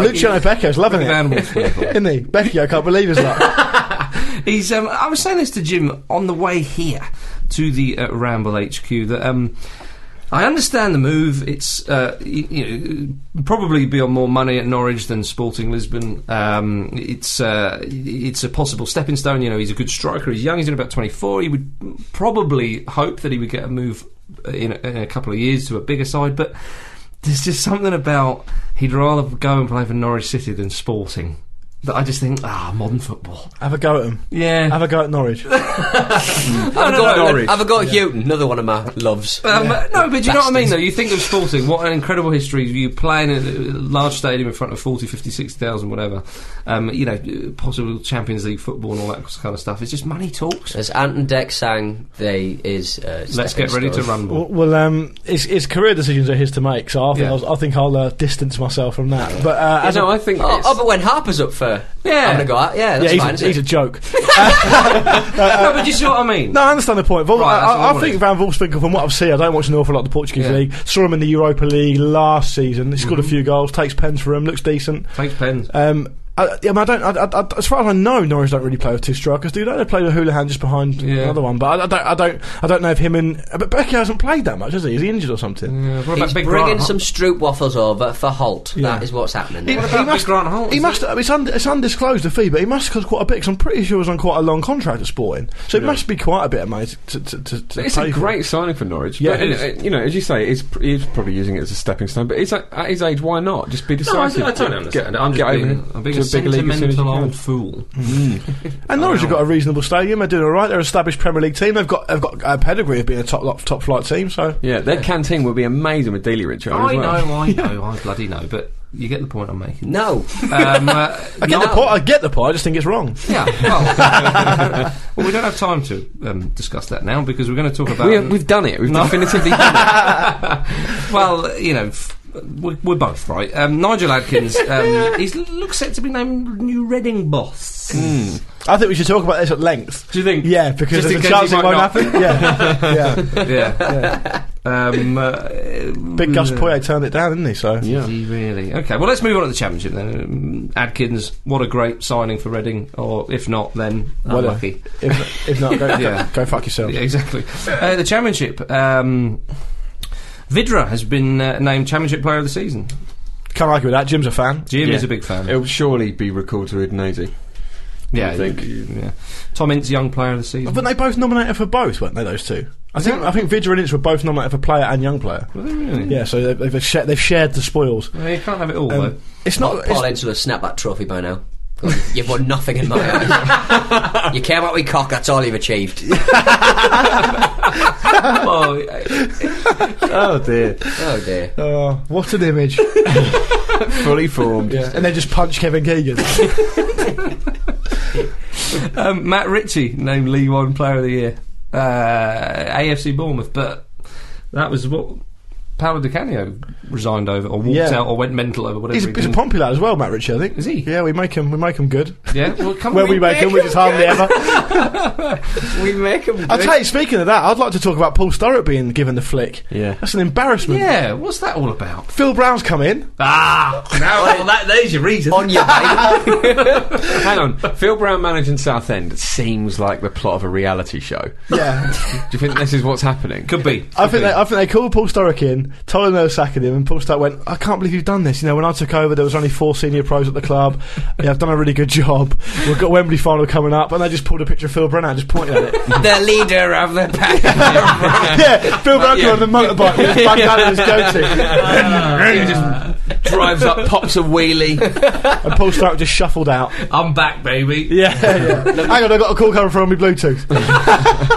S3: Luciano Becchio's loving
S2: van
S3: it.
S2: Wolfswinkel.
S3: Isn't he? Becchio, I can't believe he's that.
S2: He's. Um, I was saying this to Jim on the way here to the uh, Ramble HQ that. Um, I understand the move. It's uh, you, you know probably be on more money at Norwich than Sporting Lisbon. Um, it's uh, it's a possible stepping stone. You know he's a good striker. He's young. He's in about twenty four. He would probably hope that he would get a move in a, in a couple of years to a bigger side. But there's just something about he'd rather go and play for Norwich City than Sporting. That I just think ah modern football.
S3: Have a go at him.
S2: Yeah,
S3: Have a go at Norwich.
S4: Have a go
S5: no,
S4: at-
S5: Norwich.
S4: Have a go at Houghton, another one of my loves.
S2: Um, No, but do you know what I mean,
S4: Bastards.
S2: though? You think of Sporting, what an incredible history. You play in a a large stadium in front of 40, 50, 60,000, whatever. Um, you know, possible Champions League football and all that kind of stuff. It's just money talks.
S4: As Ant and Deck sang, they is. Uh,
S2: Let's
S4: stepping
S2: get ready to
S4: stone.
S2: rumble.
S3: Well, well um, his, his career decisions are his to make, so I think,
S2: Yeah.
S3: I'll, I think I'll uh, distance myself from that. But uh,
S5: I
S3: as a-
S5: know, I think.
S4: Oh,
S5: it's-
S4: oh, but when Harper's up for for?
S2: Yeah.
S4: I'm gonna go out. Yeah,
S3: yeah,
S4: that's
S3: he's,
S4: fine.
S3: a,
S4: isn't
S3: he's a
S4: it?
S3: joke.
S2: no, but you see what I mean?
S3: No, I understand the point. Vol-
S2: Right, that's what I
S3: I, I, I
S2: wanted.
S3: think Van Wolfswinkel, from what I've seen, I don't watch an awful lot of the Portuguese
S2: Yeah.
S3: league. Saw him in the Europa League last season. He scored a few goals, takes pens for him, looks decent.
S2: Takes pens.
S3: Um, I, yeah, I don't. I, I, I- as far as I know, Norwich don't really play with two strikers, do they? They play with Houlihan just behind
S2: Yeah.
S3: another one. But I, I don't. I don't. I don't know if him and. But Becky hasn't played that much, has he? Is he injured or something?
S2: Yeah, what about
S4: He's
S2: Big
S4: bringing
S2: Grant?
S4: some stroop waffles over for Holt.
S3: Yeah.
S4: That is what's happening.
S2: He-
S4: there.
S2: What about Big Grant Holt?
S3: He
S2: Is
S3: must. It's, un, it's undisclosed the fee, but he must cost quite a bit. Because I'm pretty sure he was on quite a long contract at Sporting, so it must be quite a bit of money to. to, to, to
S5: It's
S3: pay
S5: a
S3: for.
S5: great signing for Norwich.
S3: Yeah,
S5: but,
S3: it
S5: uh,
S3: is.
S5: you know, as you say, he's, pr- he's probably using it as a stepping stone. But he's at, at his age, why not just be
S2: No, I, I
S5: decisive?
S2: don't understand. it. I'm
S5: get
S2: just
S5: over
S2: being,
S5: it
S2: I'm being a
S5: to bigger league as soon as you
S2: sentimental
S5: can.
S2: old fool.
S3: And Norwich have got a reasonable stadium. They're doing all right. They're an established Premier League team. They've got they've got a pedigree of being a top lot- top flight team. So
S5: Yeah, their canteen would be amazing with Daily Richard.
S2: I
S5: as well.
S2: know, I know, I bloody know. But you get the point I'm making.
S4: no,
S2: Um, uh,
S3: I get
S2: no.
S3: the point. I get the point. I just think it's wrong.
S2: Yeah. Well, well, we don't have time to um, discuss that now because we're going to talk about.
S5: We have, we've done it. We've
S2: No.
S5: definitively done it.
S2: well, you know, f- we're, we're both right. Um, Nigel Adkins, um, he looks set to be named new Reading boss.
S5: Mm.
S3: I think we should talk about this at length.
S2: Do you think?
S3: Yeah, because
S2: Just in
S3: there's a
S2: case
S3: chance
S2: he
S3: it
S2: might
S3: won't
S2: not.
S3: happen. Yeah, yeah.
S2: Yeah. Um, uh,
S3: Big Gus Poyet turned it down, didn't he? So
S2: Is he really? Okay, well, let's move on to the championship then. Um, Adkins, what a great signing for Reading, or if not, then
S3: Well, uh,
S2: unlucky.
S3: if, if not, go,
S2: Yeah.
S3: go, fuck yourself.
S2: Yeah, exactly. Uh, the championship. Um, Vidra has been uh, named championship player of the season.
S3: Can't argue with that. Jim's a fan.
S2: Jim
S5: Yeah.
S2: is a big fan.
S5: It'll surely be recalled to Udinese.
S2: yeah,
S5: I think.
S2: Yeah. Tom Ince, young player of the season.
S3: But they both nominated for both, weren't they? Those two. I think I think Vidra and Ince were both nominated for player and young player.
S2: Were they really?
S3: Yeah, so they've they've, sh- they've shared the spoils.
S2: Well, you can't have it all
S3: Um,
S2: though.
S3: it's
S4: Paul
S3: not. it's-
S4: Ince will have snapped that trophy by now. God, You've won nothing in my eyes. you came out with cock. That's all you've achieved.
S2: well, uh,
S5: Oh dear.
S4: Oh dear.
S3: oh, what an image!
S5: Fully formed.
S3: yeah, and they just punch Kevin Keegan.
S2: um, Matt Ritchie named League One player of the year. Uh, AFC Bournemouth, but that was what Paolo Di Canio resigned over, or walked
S3: Yeah.
S2: out, or went mental over. Whatever.
S3: He's a,
S2: he
S3: he's a
S2: did.
S3: pompey lad as well, Matt Ritchie, I think.
S2: Is he?
S3: Yeah, we make him. We make him good.
S2: Yeah. Well, come
S3: Where
S2: on,
S3: we make him, we just hardly ever.
S4: We make him.
S3: I tell you, speaking of that, I'd like to talk about Paul Sturrock being given the flick.
S5: Yeah.
S3: that's an embarrassment.
S2: Yeah. What's that all about?
S3: Phil Brown's come in.
S2: Ah, Oh, now well, that, there's your reason.
S4: on your baby.
S5: Hang on. Phil Brown managing Southend seems like the plot of a reality show.
S3: Yeah,
S5: Do you think this is what's happening?
S2: Could be.
S3: I think they, I think they called Paul Sturrock in, told him they were sacking him, and Paul Sturrock went, "I can't believe you've done this. You know, when I took over, there was only four senior pros at the club. Yeah, I've done a really good job. We've got Wembley final coming up, and they just pulled a picture of Phil Brown out and just pointed at it.
S4: the leader of the pack.
S3: yeah, Phil Brown came on the motorbike with his bandana and his goatee,
S5: He just drives up, pops a wheelie.
S3: and Paul Sturrock just shuffled out.
S2: I'm back, baby.
S3: Yeah, yeah. hang on, I got a call coming from my Bluetooth.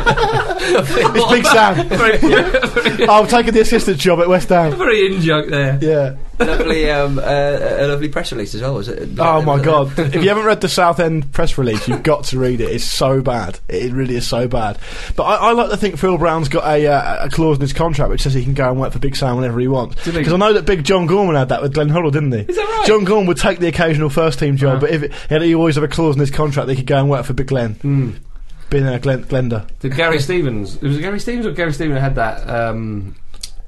S3: it's Big Sam.
S2: very, very,
S3: Oh, I'm taking the assistant job at West Ham.
S2: very in joke there.
S3: Yeah.
S4: lovely, um, uh, a lovely press release as well. Was it?
S3: Oh my god! if you haven't read the Southend press release, you've got to read it. It's so bad. It really is so bad. But I, I like to think Phil Brown's got a, uh, a clause in his contract which says he can go and work for Big Sam whenever he wants.
S2: Did he?
S3: Because I know that Big John Gorman had that with Glenn Hoddle, didn't he? Is
S2: that right? Uh-huh.
S3: John Gorman would take the occasional first team job, but if it, he'd- he always have a clause in his contract that he could go and work for Big Glenn.
S2: Mm.
S3: Being a Glen, Glender.
S2: Did Gary Stevens? It was Gary Stevens or Gary Stevens had that um,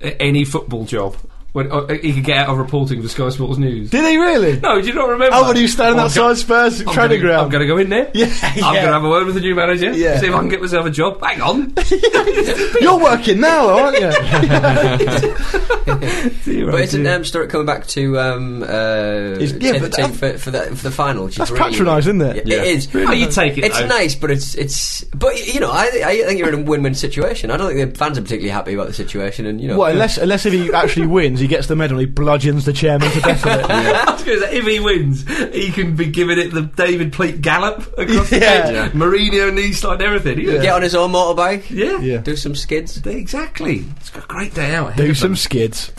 S2: a- any football job when uh, he could get out of reporting for Sky Sports News.
S3: Did he really?
S2: no, do you not remember?
S3: Oh, when he was standing
S2: Oh, I'm go-
S3: outside Spurs
S2: I'm
S3: training
S2: gonna-
S3: ground.
S2: I'm going to go in there.
S3: Yeah,
S2: I'm
S3: yeah.
S2: going to have a word with the new manager.
S3: Yeah.
S2: See if I can get myself a job. Hang on.
S3: You're working now, aren't you?
S4: But isn't um, Sturrock coming back to um, uh,
S3: Is- yeah,
S4: take
S3: but
S4: the team
S3: that-
S4: for, for, the, for the final? Which
S3: That's
S4: is really,
S3: patronising, isn't it?
S4: Yeah, It is.
S2: Oh, you take it.
S4: It's
S2: though.
S4: nice, but it's it's. But you know, I, I think you're in a win-win situation. I don't think the fans are particularly happy about the situation, and you know,
S3: Well, unless unless if he actually wins, he gets the medal and he bludgeons the chairman to death with it.
S2: I was gonna say, if he wins, he can be giving it the David Pleat gallop across the
S3: Yeah.
S2: edge. Mourinho knee slide, everything. He-
S4: get on his own motorbike,
S2: Yeah.
S3: Yeah.
S4: do some skids.
S2: Exactly. It's got a great day out. ahead
S3: Do
S2: of
S3: some
S2: him.
S3: skids.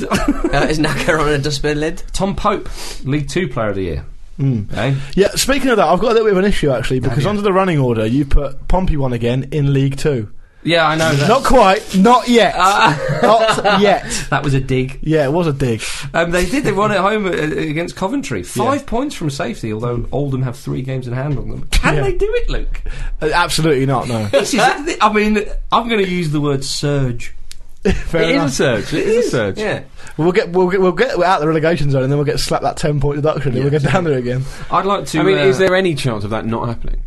S4: Uh, is Naka on a dustbin lid?
S2: Tom Pope, League Two Player of the Year.
S3: Mm.
S2: Eh?
S3: Yeah, speaking of that, I've got a little bit of an issue actually because under the running order, you put Pompey one again in League Two.
S2: Yeah, I know. That.
S3: Not quite. Not yet.
S5: Ah.
S3: Not yet.
S2: that was a dig.
S3: Yeah, it was a dig.
S2: Um, they did. They won at home uh, against Coventry. Five points from safety, although Oldham have three games in hand on them. Can
S3: Yeah.
S2: they do it, Luke?
S3: Uh, Absolutely not. No.
S2: This is. I mean, I'm going to use the word surge.
S3: Fair
S5: It is a
S3: enough.
S5: surge. It is a surge.
S4: Yeah.
S3: We'll get we'll get we'll get out the relegation zone, and then we'll get slapped that ten point deduction, and we'll get down there again.
S2: I'd like to.
S5: I mean,
S2: uh,
S5: is there any chance of that not happening?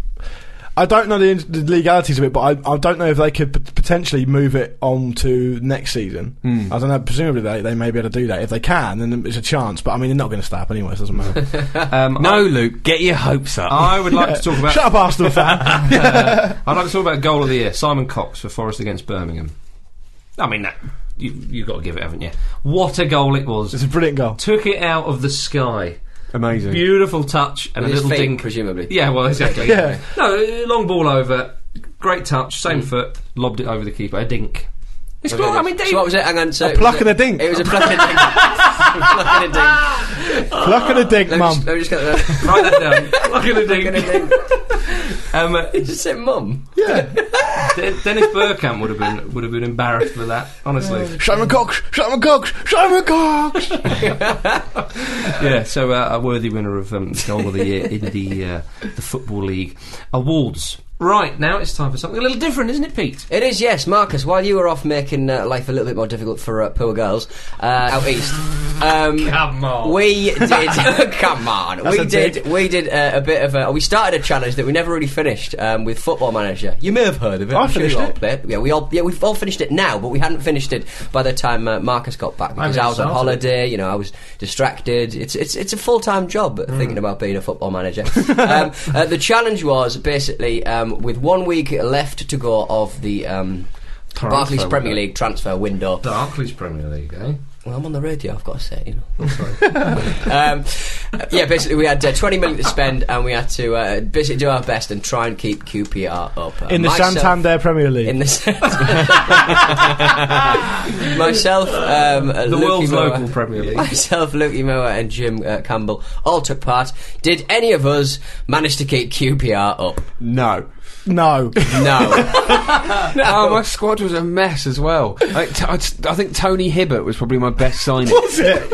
S3: I don't know the, ins- the legalities of it, but I, I don't know if they could p- potentially move it on to next season. I don't know. Presumably they, they may be able to do that. If they can, then it's a chance. But I mean, they're not going to stop anyway. So it doesn't matter.
S2: um,
S5: No, Luke, get your hopes up.
S2: I, I would like to talk about.
S3: Shut up, Arsenal fan.
S2: I'd like to talk about goal of the year, Simon Cox for Forest against Birmingham. I mean, that you, you've got to give it, haven't you? What a goal it
S3: it's
S2: was!
S3: a brilliant goal.
S2: Took it out of the sky.
S5: Amazing.
S2: Beautiful touch and
S4: With
S2: a
S4: his
S2: little
S4: feet,
S2: dink.
S4: presumably.
S2: Yeah, well, exactly.
S3: Yeah.
S2: No, uh, long ball over. Great touch. Same foot. Lobbed it over the keeper. A dink. It's
S4: Okay,
S2: got. I mean,
S4: so
S2: Dave,
S4: what was it? Hang on. So
S3: A
S4: it was
S3: pluck and a dink.
S4: It was a pluck and a dink. pluck and
S3: Look at a
S4: a dink.
S3: dig,
S4: Let me
S3: mum.
S4: just- Let me just get that.
S2: write that down. Look at a
S4: Pluck and a
S2: dink.
S4: dink.
S2: Um, uh,
S4: Did you say mum?
S3: Yeah.
S2: De- Dennis Burkham would have been would have been embarrassed with that. Honestly.
S3: Simon Cox. Simon Cox. Simon Cox.
S2: Yeah, so uh, a worthy winner of um, goal of the year in the uh, the football league awards. Right now, it's time for something a little different, isn't it, Pete?
S4: It is, yes, Marcus. While you were off making uh, life a little bit more difficult for uh, poor girls uh, out east, um,
S2: Come on.
S4: we did. come on, we
S3: a
S4: did.
S3: dig.
S4: We did uh, a bit of a. We started a challenge that we never really finished um, with Football Manager. You may have heard of it.
S3: Oh, I
S4: I'm sure you
S3: finished
S4: all
S3: it.
S4: did. Yeah, we all. Yeah, we've all finished it now, but we hadn't finished it by the time uh, Marcus got back because
S2: haven't
S4: I was on
S2: started.
S4: holiday. You know, I was distracted. It's it's it's a full time job uh,
S3: Mm.
S4: thinking about being a football manager. um, uh, the challenge was basically um, with one week left to go of the. Um,
S2: Transfer
S4: Barclays Premier
S2: window.
S4: League transfer window.
S2: Barclays Premier League, eh?
S4: Well, I'm on the radio. I've got to say, you know. um, yeah, basically, we had uh, 20 million to spend, and we had to uh, basically do our best and try and keep QPR up. Uh,
S3: In the
S4: myself-
S3: Santander Premier League.
S4: In the myself, um,
S2: The world's local Premier League.
S4: Myself, Lukey Moore, and Jim uh, Campbell all took part. Did any of us manage to keep QPR up?
S5: No.
S3: no.
S4: No.
S5: Oh, my squad was a mess as well. I, t- I t- I think Tony Hibbert was probably my best signing.
S3: Was it?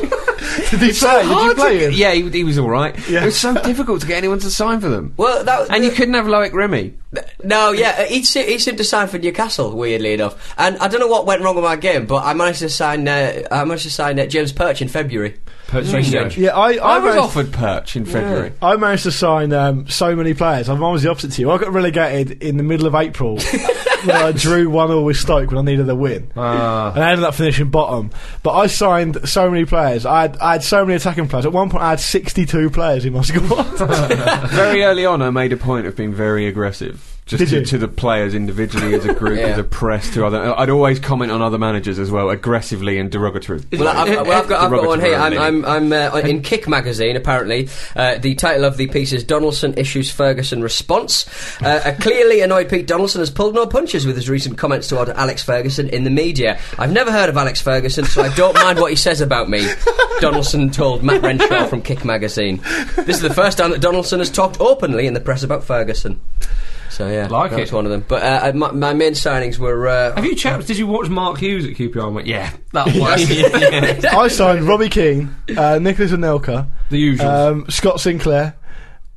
S3: Did he play? Did you
S5: Hard to
S3: play
S5: get-
S3: him?
S5: Yeah, he, he was all right.
S3: Yeah.
S5: It was so difficult to get anyone to sign for them.
S4: Well, that was-
S5: and you couldn't have Loic Remy.
S4: No, yeah, uh, he, se- he seemed to sign for Newcastle, weirdly enough. And I don't know what went wrong with my game, but I managed to sign. Uh, I managed to sign uh, James Perch in February.
S2: Purchase
S5: strange.
S3: Yeah, I, I,
S5: I was
S3: managed-
S5: offered Perch in February.
S3: I managed to sign um, so many players. I'm almost the opposite to you. I got relegated in the middle of April when I drew one all with Stoke when I needed a win.
S2: Ah.
S3: And I ended up finishing bottom. But I signed so many players. I had, I had so many attacking players. At one point, I had 62 players in my squad.
S5: very early on, I made a point of being very aggressive. Just
S3: Did
S5: to,
S3: you?
S5: to the players individually, as a group,
S4: Yeah.
S5: as a press, to other. I'd always comment on other managers as well, aggressively and derogatory.
S4: Well, I've, I've- well, I've got, I've got one here. I'm,
S5: Derogatorily.
S4: I'm, I'm uh, in Kick magazine. Apparently, uh, the title of the piece is "Donaldson issues Ferguson response." Uh, a clearly annoyed Pete Donaldson has pulled no punches with his recent comments toward Alex Ferguson in the media. I've never heard of Alex Ferguson, so I don't mind what he says about me. Donaldson told Matt Renshaw from Kick magazine. This is the first time that Donaldson has talked openly in the press about Ferguson. So yeah,
S2: Like
S4: that
S2: it.
S4: was one of them. But uh, my, my main signings were. Uh,
S2: Have you chaps? Did you watch Mark Hughes at QPR? And went, yeah, that was
S3: I signed Robbie Keane, uh, Nicholas Anelka,
S2: the usual.
S3: um, Scott Sinclair.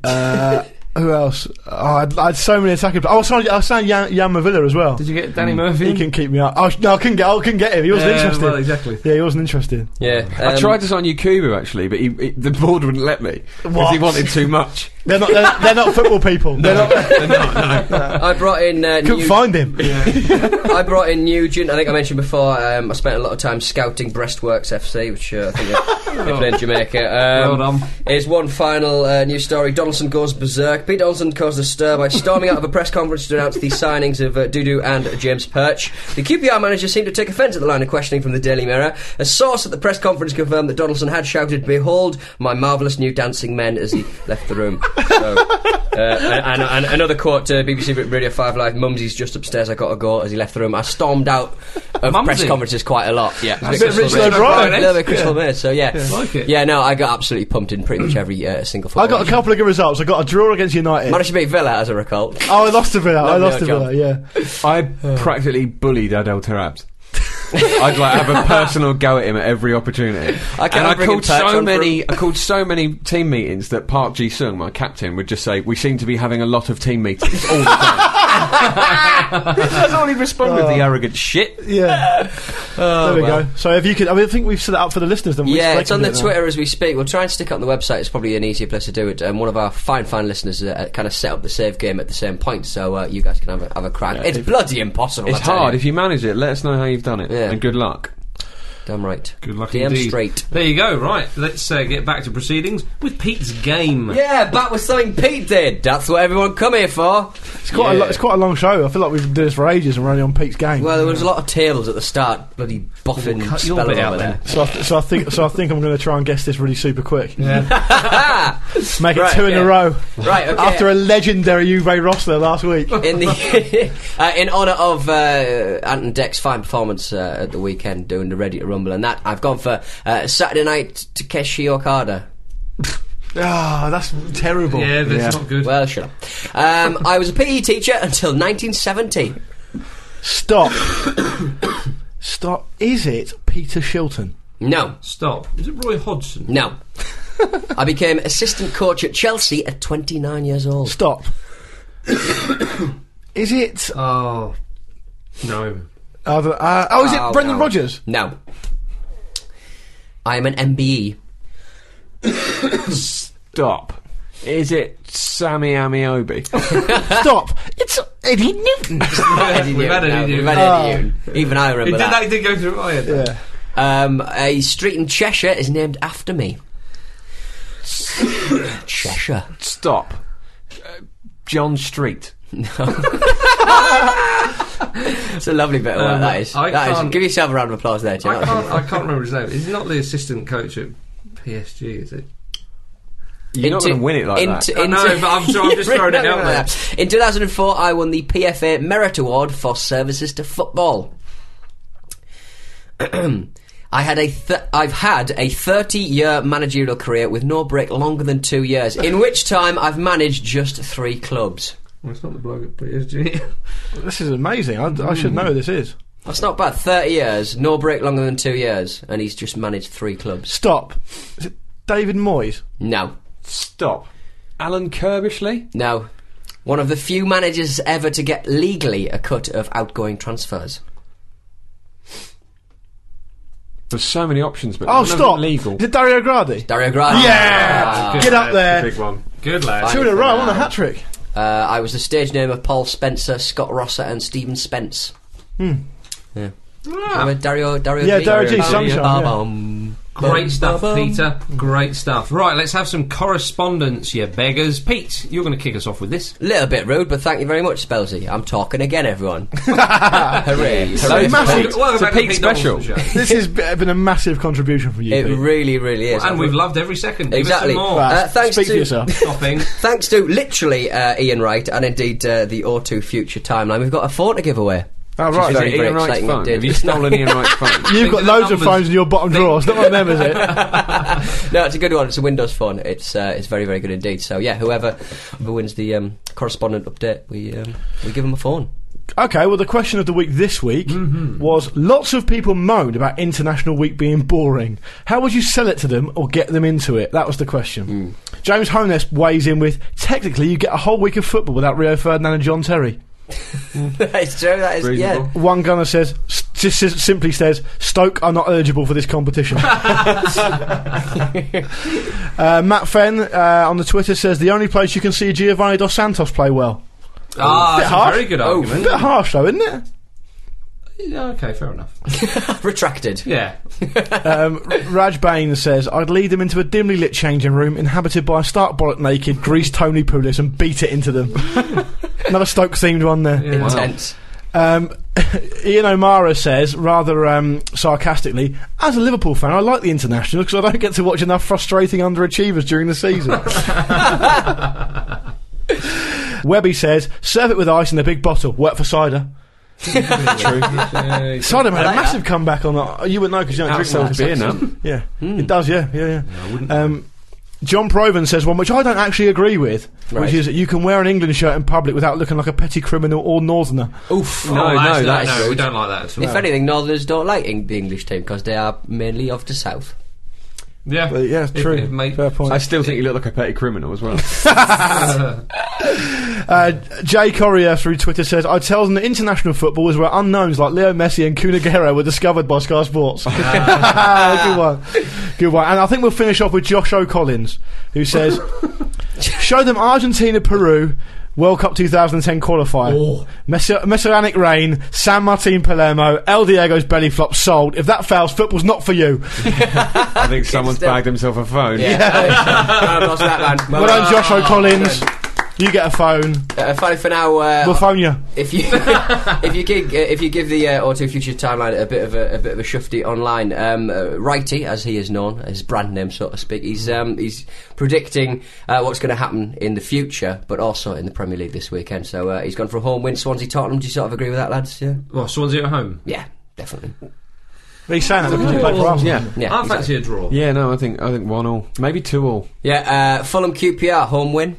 S3: Uh, who else? Oh, I, had, I had so many attacking players. Oh, I signed, I signed Jan, Jan Mavilla as well.
S2: Did you get Danny Murphy?
S3: He can keep me out. I, no, I couldn't get. I couldn't get him. He wasn't
S2: Yeah,
S3: interested.
S2: well, exactly.
S3: Yeah, he wasn't interested.
S4: yeah,
S5: I
S4: um,
S5: tried to sign Yakubu actually, but he, he- the board wouldn't let me because he
S3: What?
S5: wanted too much.
S3: They're not. They're, they're not football people. They're not.
S4: I brought in uh,
S3: Couldn't
S4: new
S3: find him.
S4: I brought in Nugent. I think I mentioned before. Um, I spent a lot of time scouting Breastworks FC, which uh, I think they, they play in Jamaica. Um,
S2: Well done.
S4: Here's one final uh, news story. Donaldson goes berserk. Pete Donaldson caused a stir by storming out of a press conference to announce the signings of uh, Dudu and James Perch. The QPR manager seemed to take offence at the line of questioning from the Daily Mirror. A source at the press conference confirmed that Donaldson had shouted, "Behold my marvellous new dancing men!" as he left the room. So, Uh, and, and, and another quote to BBC Radio 5 Live Mumsy's just upstairs, I got to go as he left the room. I stormed out of
S2: Mumsy?
S4: press conferences quite a lot. Yeah.
S2: That's a bit Richard
S4: Mayer.
S2: O'Brien,
S4: A
S2: eh?
S4: little bit Chris Mayer, so yeah. Yeah.
S2: Like it.
S4: no, I got absolutely pumped in pretty much every uh, single football.
S3: I got a
S4: match.
S3: couple of good results. I got a draw against United.
S4: Managed to beat Villa, as I recall.
S3: Oh, I lost to Villa. I
S4: Lovely
S3: lost to
S4: old
S3: Villa. Yeah.
S5: I practically bullied Adel Terabs. I'd like have a personal go at him at every opportunity.
S4: I can't
S5: and I
S4: bring him
S5: called
S4: perch
S5: so
S4: on for-
S5: many I called so many team meetings that Park Ji Sung, my captain, would just say, We seem to be having a lot of team meetings all the time. That's all he responded
S4: Oh.
S5: with the arrogant shit.
S3: Yeah. there we
S4: well.
S3: go. So if you could, I, mean, I think we've set it up for the listeners. Then we
S4: Yeah,
S3: should
S4: it's on
S3: break
S4: the
S3: into it now.
S4: Twitter as we speak. We'll try and stick it on the website. It's probably an easier place to do it. And one of our fine, fine listeners uh, kind of set up the save game at the same point, so uh, you guys can have a, have a crack. it's bloody impossible.
S5: It's
S4: I tell
S5: hard.
S4: you.
S5: If you manage it, let us know how you've done it.
S4: Yeah.
S5: And good luck.
S4: Damn right.
S2: Good luck
S4: Damn
S2: indeed.
S4: straight.
S2: There you go. Right, let's uh, get back to proceedings with Pete's game.
S4: Yeah, back with something Pete did. That's what everyone come here for.
S3: It's quite a lo- it's quite a long show. I feel like we've been doing this for ages and we're only on Pete's game.
S4: Well, there was a lot of tables at the start. Bloody boffin
S2: cut your
S4: spell
S2: bit out
S4: over there.
S3: so I, th- so I think so I think I'm going to try and guess this really super quick. Make it
S4: Right,
S3: two in
S4: yeah.
S3: a row.
S4: Right, okay.
S3: After a legendary Juve roster last week.
S4: in the uh, in honour of uh, Anton Deck's fine performance uh, at the weekend doing the Ready to Rumble and that, I've gone for uh, Saturday night Takeshi Okada.
S3: Ah, that's terrible.
S2: Yeah, that's not good.
S4: Well, shut up. Um, I was a PE teacher until 1970.
S3: Stop. Stop. Is it Peter Shilton?
S4: No,
S2: Stop. Is it Roy Hodgson?
S4: no. I became assistant coach at Chelsea at 29 years old.
S3: Stop. is it?
S2: Oh no.
S3: I don't- uh, oh, is it
S4: Oh,
S3: Brendan
S4: no.
S3: Rodgers?
S4: No. I am an E. MBE.
S5: Stop. Is it Sammy Amiobi?
S3: Stop. It's Eddie Newton.
S4: Eddie
S2: We've had
S4: Newton,
S2: an idiot.
S4: no, we've had an idiot. Even I
S2: It
S4: remember
S2: Oh. did,
S4: that.
S2: that did go through oh, my head.
S3: yeah.
S4: Um, a street in Cheshire is named after me. Cheshire.
S5: Stop. Uh, John Street.
S4: It's a lovely bit of work,
S2: Um,
S4: that is.
S2: I
S4: That is-
S2: can't-
S4: Give yourself a round of applause there, Jim.
S2: I can't. I can't remember his name. He's not the assistant coach at PSG, is it?
S5: You're not
S4: Into-
S5: going to win it like
S4: into-
S5: that.
S2: I know,
S4: into-
S2: but I'm sure- I'm just throwing it
S4: No, no,
S2: out
S4: no,
S2: there.
S4: no. In 2004, I won the PFA Merit Award for services to football. I had a th- I've had a 30-year managerial career with no break longer than two years, in which time I've managed just three clubs.
S2: Well, it's not the bloke at PSG.
S3: This is amazing. I, I should know who this is.
S4: That's not bad. 30 years, no break longer than two years, and he's just managed three clubs.
S3: Stop. Is it David Moyes?
S4: No,
S5: Stop. Alan Kirbishley?
S4: no. One of the few managers ever to get legally a cut of outgoing transfers.
S5: There's so many options, but
S3: Oh,
S5: none of them
S3: stop.
S5: legal.
S3: Is it Dario Gradi?
S4: Dario Grande.
S3: Yeah!
S2: Good
S3: Get up
S2: lad.
S3: there.
S5: Big one.
S2: Good lad.
S3: Two in a row on a hat trick.
S4: Uh, I was the stage name of Paul Spencer, Scott Rosser, and Stephen Spence. Hmm. Yeah. Remember Dario, Dario
S3: Ah. Yeah,
S4: G?
S3: Dario
S5: G,
S4: Bum,
S3: Sunshine,
S4: bum,
S3: yeah.
S4: bum, bum,
S2: Great stuff,
S4: bum.
S2: Peter. Great stuff. Right, let's have some correspondence, you beggars. Pete, you're going to kick us off with this.
S4: Little bit rude, but thank you very much, Spelsy. I'm talking again, everyone. Hooray.
S5: Hello,
S3: massive-
S5: Pete. It's a Pete special.
S3: This has be- been a massive contribution from you.
S4: It
S3: Pete.
S4: really, really is.
S2: And we've loved every second.
S4: Exactly.
S2: Give us some more.
S3: Right,
S4: Uh, thanks
S3: Speak
S4: to-
S3: for yourself.
S2: Stopping.
S4: Thanks to literally uh, Ian Wright and indeed uh, the O2 Future Timeline, we've got a phone to give away.
S3: Oh,
S4: Which
S3: right.
S4: is
S5: Is
S4: very,
S5: it
S4: very
S5: Ian Wright's
S4: exciting
S5: phone?
S4: indeed.
S5: Have you stolen Ian Wright's phone?
S3: You've got
S2: the
S3: loads of
S2: numbers.
S3: phones in your bottom drawer. It's not one of them, is it?
S4: no, it's a good one. It's a Windows phone. It's uh, it's very very good indeed. So yeah, whoever whoever wins the um, correspondent update, we um, we give them a phone.
S3: Okay, well, the question of the week this week
S2: Mm-hmm.
S3: was lots of people moaned about International Week being boring. How would you sell it to them or get them into it? That was the question.
S2: Mm.
S3: James Honest weighs in with technically, you get a whole week of football without Rio Ferdinand and John Terry.
S4: that is true. That is
S5: Reasonable.
S3: One gunner says, s- just s- simply says, Stoke are not eligible for this competition. uh, Matt Fenn uh, on the Twitter says, the only place you can see Giovanni Dos Santos play well.
S2: Ah,
S3: Bit
S2: that's a
S3: harsh.
S2: very good
S4: Oh,
S3: A
S2: argument.
S3: bit harsh, though, isn't it?
S2: Yeah, okay, fair enough.
S4: yeah. Retracted.
S2: Yeah.
S3: Um, Raj Bain says, I'd lead them into a dimly lit changing room inhabited by a stark bollock naked, greased Tony Pulis and beat it into them. Another Stoke themed one there.
S2: Yeah.
S4: Intense.
S3: Um, Ian O'Mara says, rather um, sarcastically, as a Liverpool fan, I like the internationals because I don't get to watch enough frustrating underachievers during the season. Webby says, serve it with ice in a big bottle. Work for cider.
S2: True.
S3: Cider made a
S4: like
S3: massive comeback on that. You would know because you don't drink
S5: Outsells
S3: much.
S5: beer now.
S3: Yeah, it does. Yeah, yeah, yeah. um, John Proven says one which I don't actually agree with,
S4: Right.
S3: which is that you can wear an England shirt in public without looking like a petty criminal or northerner.
S4: Oof.
S3: Oh,
S2: No,
S5: no,
S2: no,
S5: that's
S2: no, we
S4: rude.
S2: don't like that at all.
S4: If anything, Northerners don't like Eng- the English team because they are mainly of the south.
S2: Yeah,
S3: But yeah,
S2: It-
S3: true.
S2: it may-
S3: Fair point.
S5: I still think you look like a petty criminal as well.
S3: Uh, Jay Corrier through Twitter says, I tell them that international footballers were unknowns like Leo Messi and Kun Aguero were discovered by Sky Sports. Good one. Good one. And I think we'll finish off with Josh O'Collins, who says, Show them Argentina Peru. World Cup 2010 qualifier. Messi- Messianic rain, San Martin Palermo, El Diego's belly flop sold. If that fails, football's not for you.
S5: I think someone's
S4: still-
S5: bagged himself a phone.
S4: I'm not that man.
S3: Well done, Josh O'Collins. You get a phone.
S4: Uh, funny for now, uh,
S3: We'll phone you.
S4: if you if you give uh, if you give the uh, Auto Future timeline a bit of a, a bit of a shufty online, um, uh, Righty as he is known, his brand name so to speak, he's um, he's predicting uh, what's going to happen in the future, but also in the Premier League this weekend. So uh, he's gone for a home win, Swansea Tottenham. Do you sort of agree with that, lads? Yeah,
S2: well, Swansea at home.
S4: yeah, definitely.
S3: He's saying that because he played for Arsenal.
S5: Yeah.
S4: Yeah,
S2: I
S4: exactly.
S2: fancy a draw.
S5: Yeah, no, I think I think one all, maybe two all.
S4: yeah. Uh, Fulham QPR home win.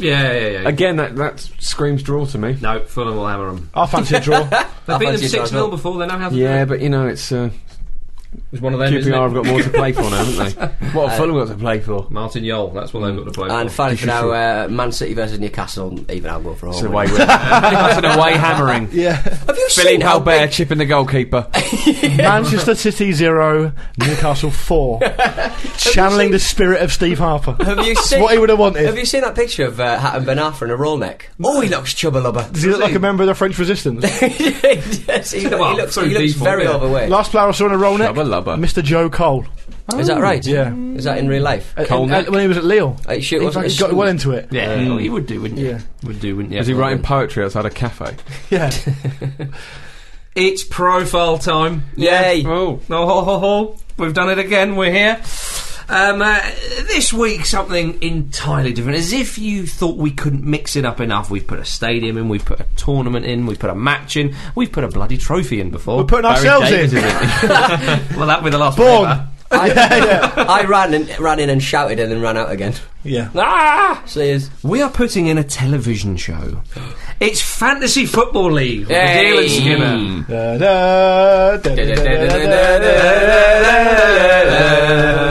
S2: Yeah, yeah, yeah.
S5: Again, that that screams draw to me.
S2: No, Fulham will hammer them.
S3: I fancy a draw.
S2: They've
S4: I
S2: beaten them
S4: fancy a draw
S2: 6
S4: as
S2: 0
S4: well.
S2: before, they know how to
S5: Yeah,
S2: do it.
S5: but you know it's uh,
S2: It's one of them. isn't it?
S5: QPR have got more to play for now, haven't they? What have Fulham got to play for?
S2: Martin Yol, that's what they've got to play
S4: And
S2: for.
S4: finally for now, uh, Man City versus Newcastle. Even I'll go for a
S5: It's
S4: home
S5: an
S4: win.
S5: away win. That's an
S2: uh,
S5: away hammering.
S3: yeah.
S4: Have you
S5: Billy
S4: seen how
S5: Halbert
S4: big
S5: chipping the goalkeeper.
S3: Manchester City zero, Newcastle four. Channeling the spirit of Steve Harper.
S4: Have you
S3: That's
S4: seen
S3: what he would have wanted?
S4: Have you seen that picture of uh, Hatton Ben Arfa in a roll neck? Oh, he looks chubba lubber.
S3: Does he look like a member of the French Resistance?
S4: yes, he, lo-
S2: Well,
S4: he looks,
S2: through
S4: he looks
S2: default,
S4: very
S2: yeah.
S4: overweight.
S3: Last player I saw in a roll neck,
S5: Lubber lubber.
S3: Mr. Joe Cole. Oh,
S4: Is that right?
S3: Yeah.
S4: Is that in real life?
S3: Uh,
S5: Cole
S3: in-
S5: neck.
S3: uh, when he was at Lille,
S4: Uh, shit,
S3: he
S4: wasn't
S3: fucking
S4: it?
S3: got well into it.
S2: Yeah,
S5: Mm.
S2: well, you would do, wouldn't you?
S3: Yeah.
S2: Would do, wouldn't you?
S5: Was he writing poetry outside a cafe?
S3: Yeah,
S2: It's profile time.
S4: Yay!
S5: Oh,
S2: Oh, ho, ho, ho. We've done it again. We're here. Um, uh, this week, something entirely different. As if you thought we couldn't mix it up enough, we've put a stadium in, we've put a tournament in, we've put a match in, we've put a bloody trophy in before.
S3: we're putting ourselves in.
S2: well, that with the last one.
S3: Born.
S4: I,
S3: yeah,
S4: I ran and ran in and shouted and then ran out again.
S3: yeah.
S2: Ah!
S4: So here's
S2: We are putting in a television show. It's Fantasy Football League. with
S4: Hey.
S2: Deal
S3: Mm.
S2: and Skinner.
S3: Da, da, da, da, da,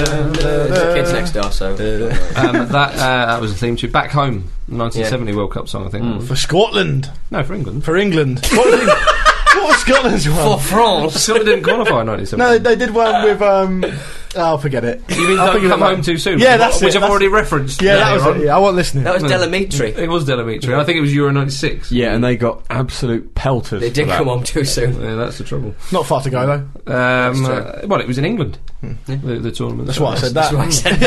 S3: da, da,
S4: the kids next door. So
S2: um, that, uh, that was a theme tune. Back home, 1970 World Cup song, I think.
S3: For Scotland,
S2: No, for England.
S3: for England. What was, England? what was Scotland's
S4: for
S3: one?
S4: France,
S2: Scotland didn't qualify in
S3: No, they,
S2: 1970.
S3: they did one with. Um, oh, forget it.
S2: you mean
S3: I'll
S2: don't
S3: think of
S2: come
S3: it
S2: home
S3: later.
S2: too soon?
S3: Yeah, that's
S2: which
S3: it,
S2: I've
S3: that's
S2: already referenced.
S3: Yeah, that was
S2: earlier
S3: it. Yeah, I wasn't listening.
S4: that was
S2: No. on.
S4: Delamitri.
S2: It was Delamitri. I think it was Euro 96.
S5: Yeah, and they got absolute pelters.
S4: They did
S5: for that.
S4: come on too soon.
S2: Yeah, that's the trouble.
S3: Not far to go though.
S2: Um,
S4: true.
S2: uh, well, it was in England, the, the tournament.
S3: Hmm. That's why I said that.
S4: So I said,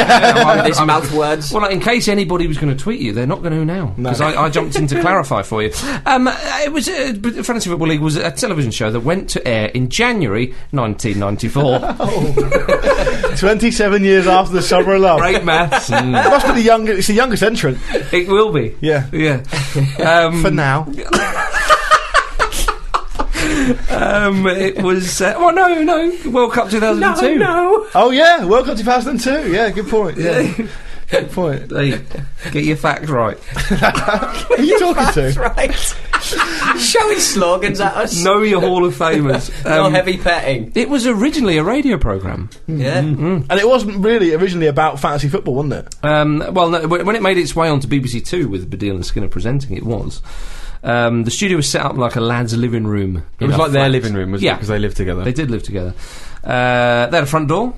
S4: these mouth words.
S2: Well, in case anybody was going to tweet you, they're not going to now because I, I jumped in to clarify for you. Um, uh, it was uh, b- Fantasy Football League was a television show that went to air in January 1994.
S3: 27 years after the summer of love.
S2: Great maths.
S3: It must be the youngest. It's the youngest entrant
S2: It will be.
S3: Yeah.
S2: yeah. Um,
S3: for now.
S2: um, it was. Uh, well, no, no. World Cup 2002. No,
S3: Oh yeah, World Cup 2002. Yeah, good point. Yeah, good point.
S2: no. Hey, get your facts right.
S3: Who are you talking to?
S4: right. Showing slogans at us.
S2: Know your Hall of Famers.
S4: No
S2: Um,
S4: heavy petting.
S2: It was originally a radio program.
S4: Yeah.
S3: And it wasn't really originally about fantasy football, wasn't it?
S2: Um, well, no, when when it made its way onto BBC Two with Badil and Skinner presenting, it was. Um, the studio was set up like a lad's living room.
S5: It
S2: in
S5: was
S2: a
S5: like their
S2: flat.
S5: living room, wasn't it?
S2: Yeah.
S5: Because they lived together.
S2: They did live together. Uh, they had a front door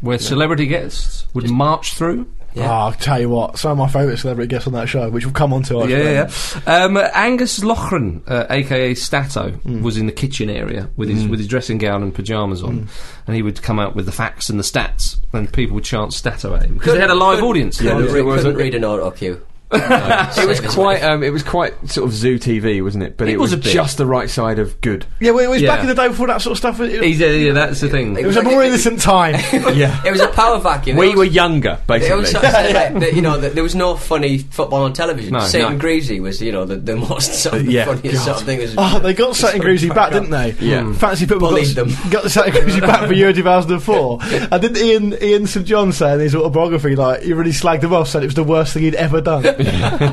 S2: where celebrity guests would march through.
S4: Yeah.
S3: Oh, I'll tell you what. Some of my favourite celebrity guests on that show, which we'll come on to. I
S2: Yeah,
S3: think.
S2: yeah, yeah. Um, Angus Loughran, uh, aka Stato,
S5: Mm.
S2: was in the kitchen area with his with his dressing gown and pajamas
S5: Mm.
S2: on, and he would come out with the facts and the stats, and people would chant Stato at him because they had a live audience.
S4: Couldn't,
S5: Yeah,
S4: re-
S5: it was
S4: couldn't
S5: a-
S4: read an auto cue.
S5: it was quite. Um, it was quite sort of zoo TV, wasn't it? But
S2: It
S5: it,
S2: was
S5: was,
S2: a bit.
S5: just the right side of good.
S3: Yeah, well, it was back
S2: Yeah.
S3: in the day before that sort of stuff. It,
S2: He's- yeah, yeah, that's the thing.
S3: it was a more innocent time.
S5: Yeah,
S4: It was a power vacuum.
S5: we
S4: It
S5: were
S4: was-
S5: younger,
S4: It
S5: basically.
S4: also said that, that, you know that there was no funny football on television.
S2: No,
S4: Satan
S2: no.
S4: Greasy was you know the, the most sort of
S5: yeah.
S4: funniest sort of thing. Was,
S3: Oh, they got Saturn Greasy back, didn't they?
S5: Yeah. Hmm.
S3: Fancy football
S4: Bullied
S3: got,
S4: them.
S3: got Saturn Greasy back for Euro 2004. And didn't Ian, Ian St John say in his autobiography, like, he really slagged him off, said it was the worst thing he'd ever done.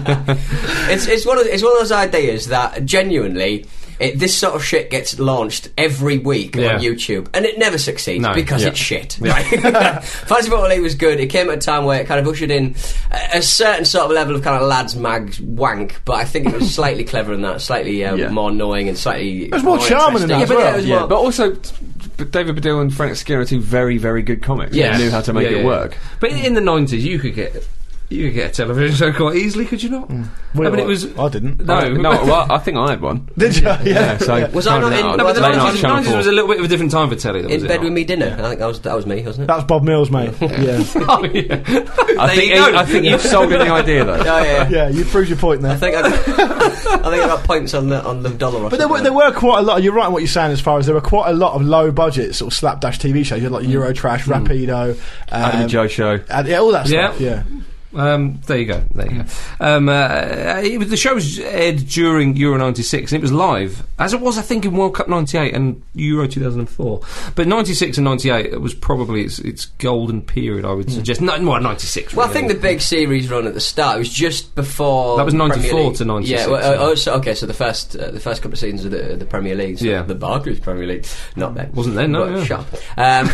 S4: it's it's one of it's one of those ideas that genuinely. It, this sort of shit gets launched every week
S2: Yeah.
S4: on YouTube, and it never succeeds
S2: No,
S4: because
S2: yeah.
S4: it's shit. Right? Fantasy Football League was good. It came at a time where it kind of ushered in a, a certain sort of level of kind of lads mag wank, but I think it was slightly cleverer than that, slightly um,
S5: Yeah.
S4: more annoying and slightly. It
S3: was more charming than that
S4: Yeah,
S3: as
S4: but yeah,
S3: well.
S4: it was
S5: yeah,
S4: more-
S5: but also, but David Baddiel and Frank Skinner are two very, very good comics.
S2: Yes.
S5: They knew how to make
S2: Yeah,
S5: it
S2: yeah.
S5: work.
S2: But in, in the nineties, you could get you could get a television show quite easily, could you not? I mean, it was
S3: I didn't.
S2: No.
S5: I, no, well, I think I had one.
S3: Did you? Yeah.
S5: Yeah, so
S4: Was I not in-
S2: No, but the
S4: Late night
S2: nineties
S4: Channel
S2: was a little bit of a different time for telly. Though, was
S4: in
S2: it
S4: bed
S2: not?
S4: with me dinner. I think that was that was me, wasn't it?
S3: That's Bob Mills, mate. Yeah.
S2: Oh, yeah.
S5: I think,
S2: you go.
S5: I think you've sold in the idea though.
S4: Oh, yeah.
S3: yeah, you proved your point there.
S4: I think I, got, I think I got points on the on the dollar. Or
S3: But there were, there were quite a lot. You're right in what you're saying as far as there were quite a lot of low budget sort of slapdash TV shows. You had like Eurotrash, Rapido,
S5: Adam
S3: um,
S5: and Joe show.
S3: and, yeah, all that
S2: Yeah.
S3: stuff. Yeah.
S2: Um, there you go. There you go. Um, uh, it was, the show was aired during Euro '96, and it was live, as it was, I think, in World Cup '98 and Euro 2004. But '96 and '98 was probably its, its golden period, I
S5: Mm.
S2: would suggest. No, well, '96.
S4: Well, I think the big series run at the start was just before
S2: That was
S4: the
S2: 94
S4: Premier League.
S2: to 96,
S4: Yeah, well,
S2: yeah.
S4: uh, oh, so, okay. So the first uh, the first couple of seasons of the, the Premier League, so
S2: Yeah.
S4: the Barclays Premier League, not then,
S2: Wasn't then, no,
S4: but
S2: yeah.
S4: sharp. Um,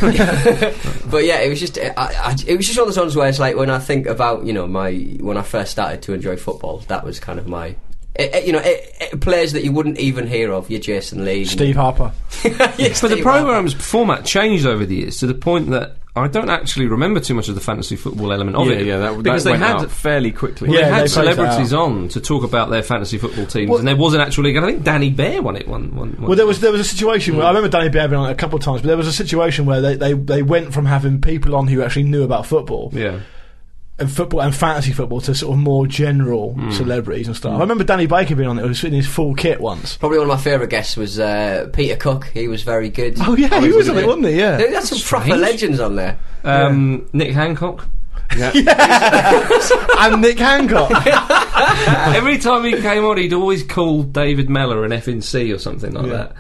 S4: but yeah, it was just I, I, it was just one of those ones where it's like when I think about you know my when I first started to enjoy football, that was kind of my. It, it- you know, it, it, players that you wouldn't even hear of, your Jason Lee, and-
S3: Steve Harper.
S4: Yeah,
S2: But the
S4: Steve Harper.
S2: programme's format changed over the years to the point that I don't actually remember too much of the fantasy football element of
S5: yeah,
S2: it.
S5: yeah, that,
S2: because
S5: that
S2: they
S5: went
S2: had
S5: out fairly quickly.
S2: Well,
S3: Yeah,
S2: they had
S3: they played that
S2: celebrities on to talk about their fantasy football teams, and there was an actual league. I think Danny Bear won it one. one, one
S3: Well, there was there was a situation where I remember Danny Bear being on it a couple of times, but there was a situation where they, they, they went from having people on who actually knew about football
S2: yeah.
S3: and football and fantasy football to sort of more general
S2: Hmm.
S3: celebrities and stuff. I remember Danny Baker being on it. He was in his full kit once.
S4: Probably one of my favourite guests was uh, Peter Cook. He was very good.
S3: Oh yeah, he was on it, wasn't he? Yeah.
S4: Dude, that's some proper legends on there.
S2: Um, Nick Hancock.
S3: and Nick Hancock.
S2: Every time he came on, he'd always call David Mellor an FNC or something like
S3: Yeah.
S2: that.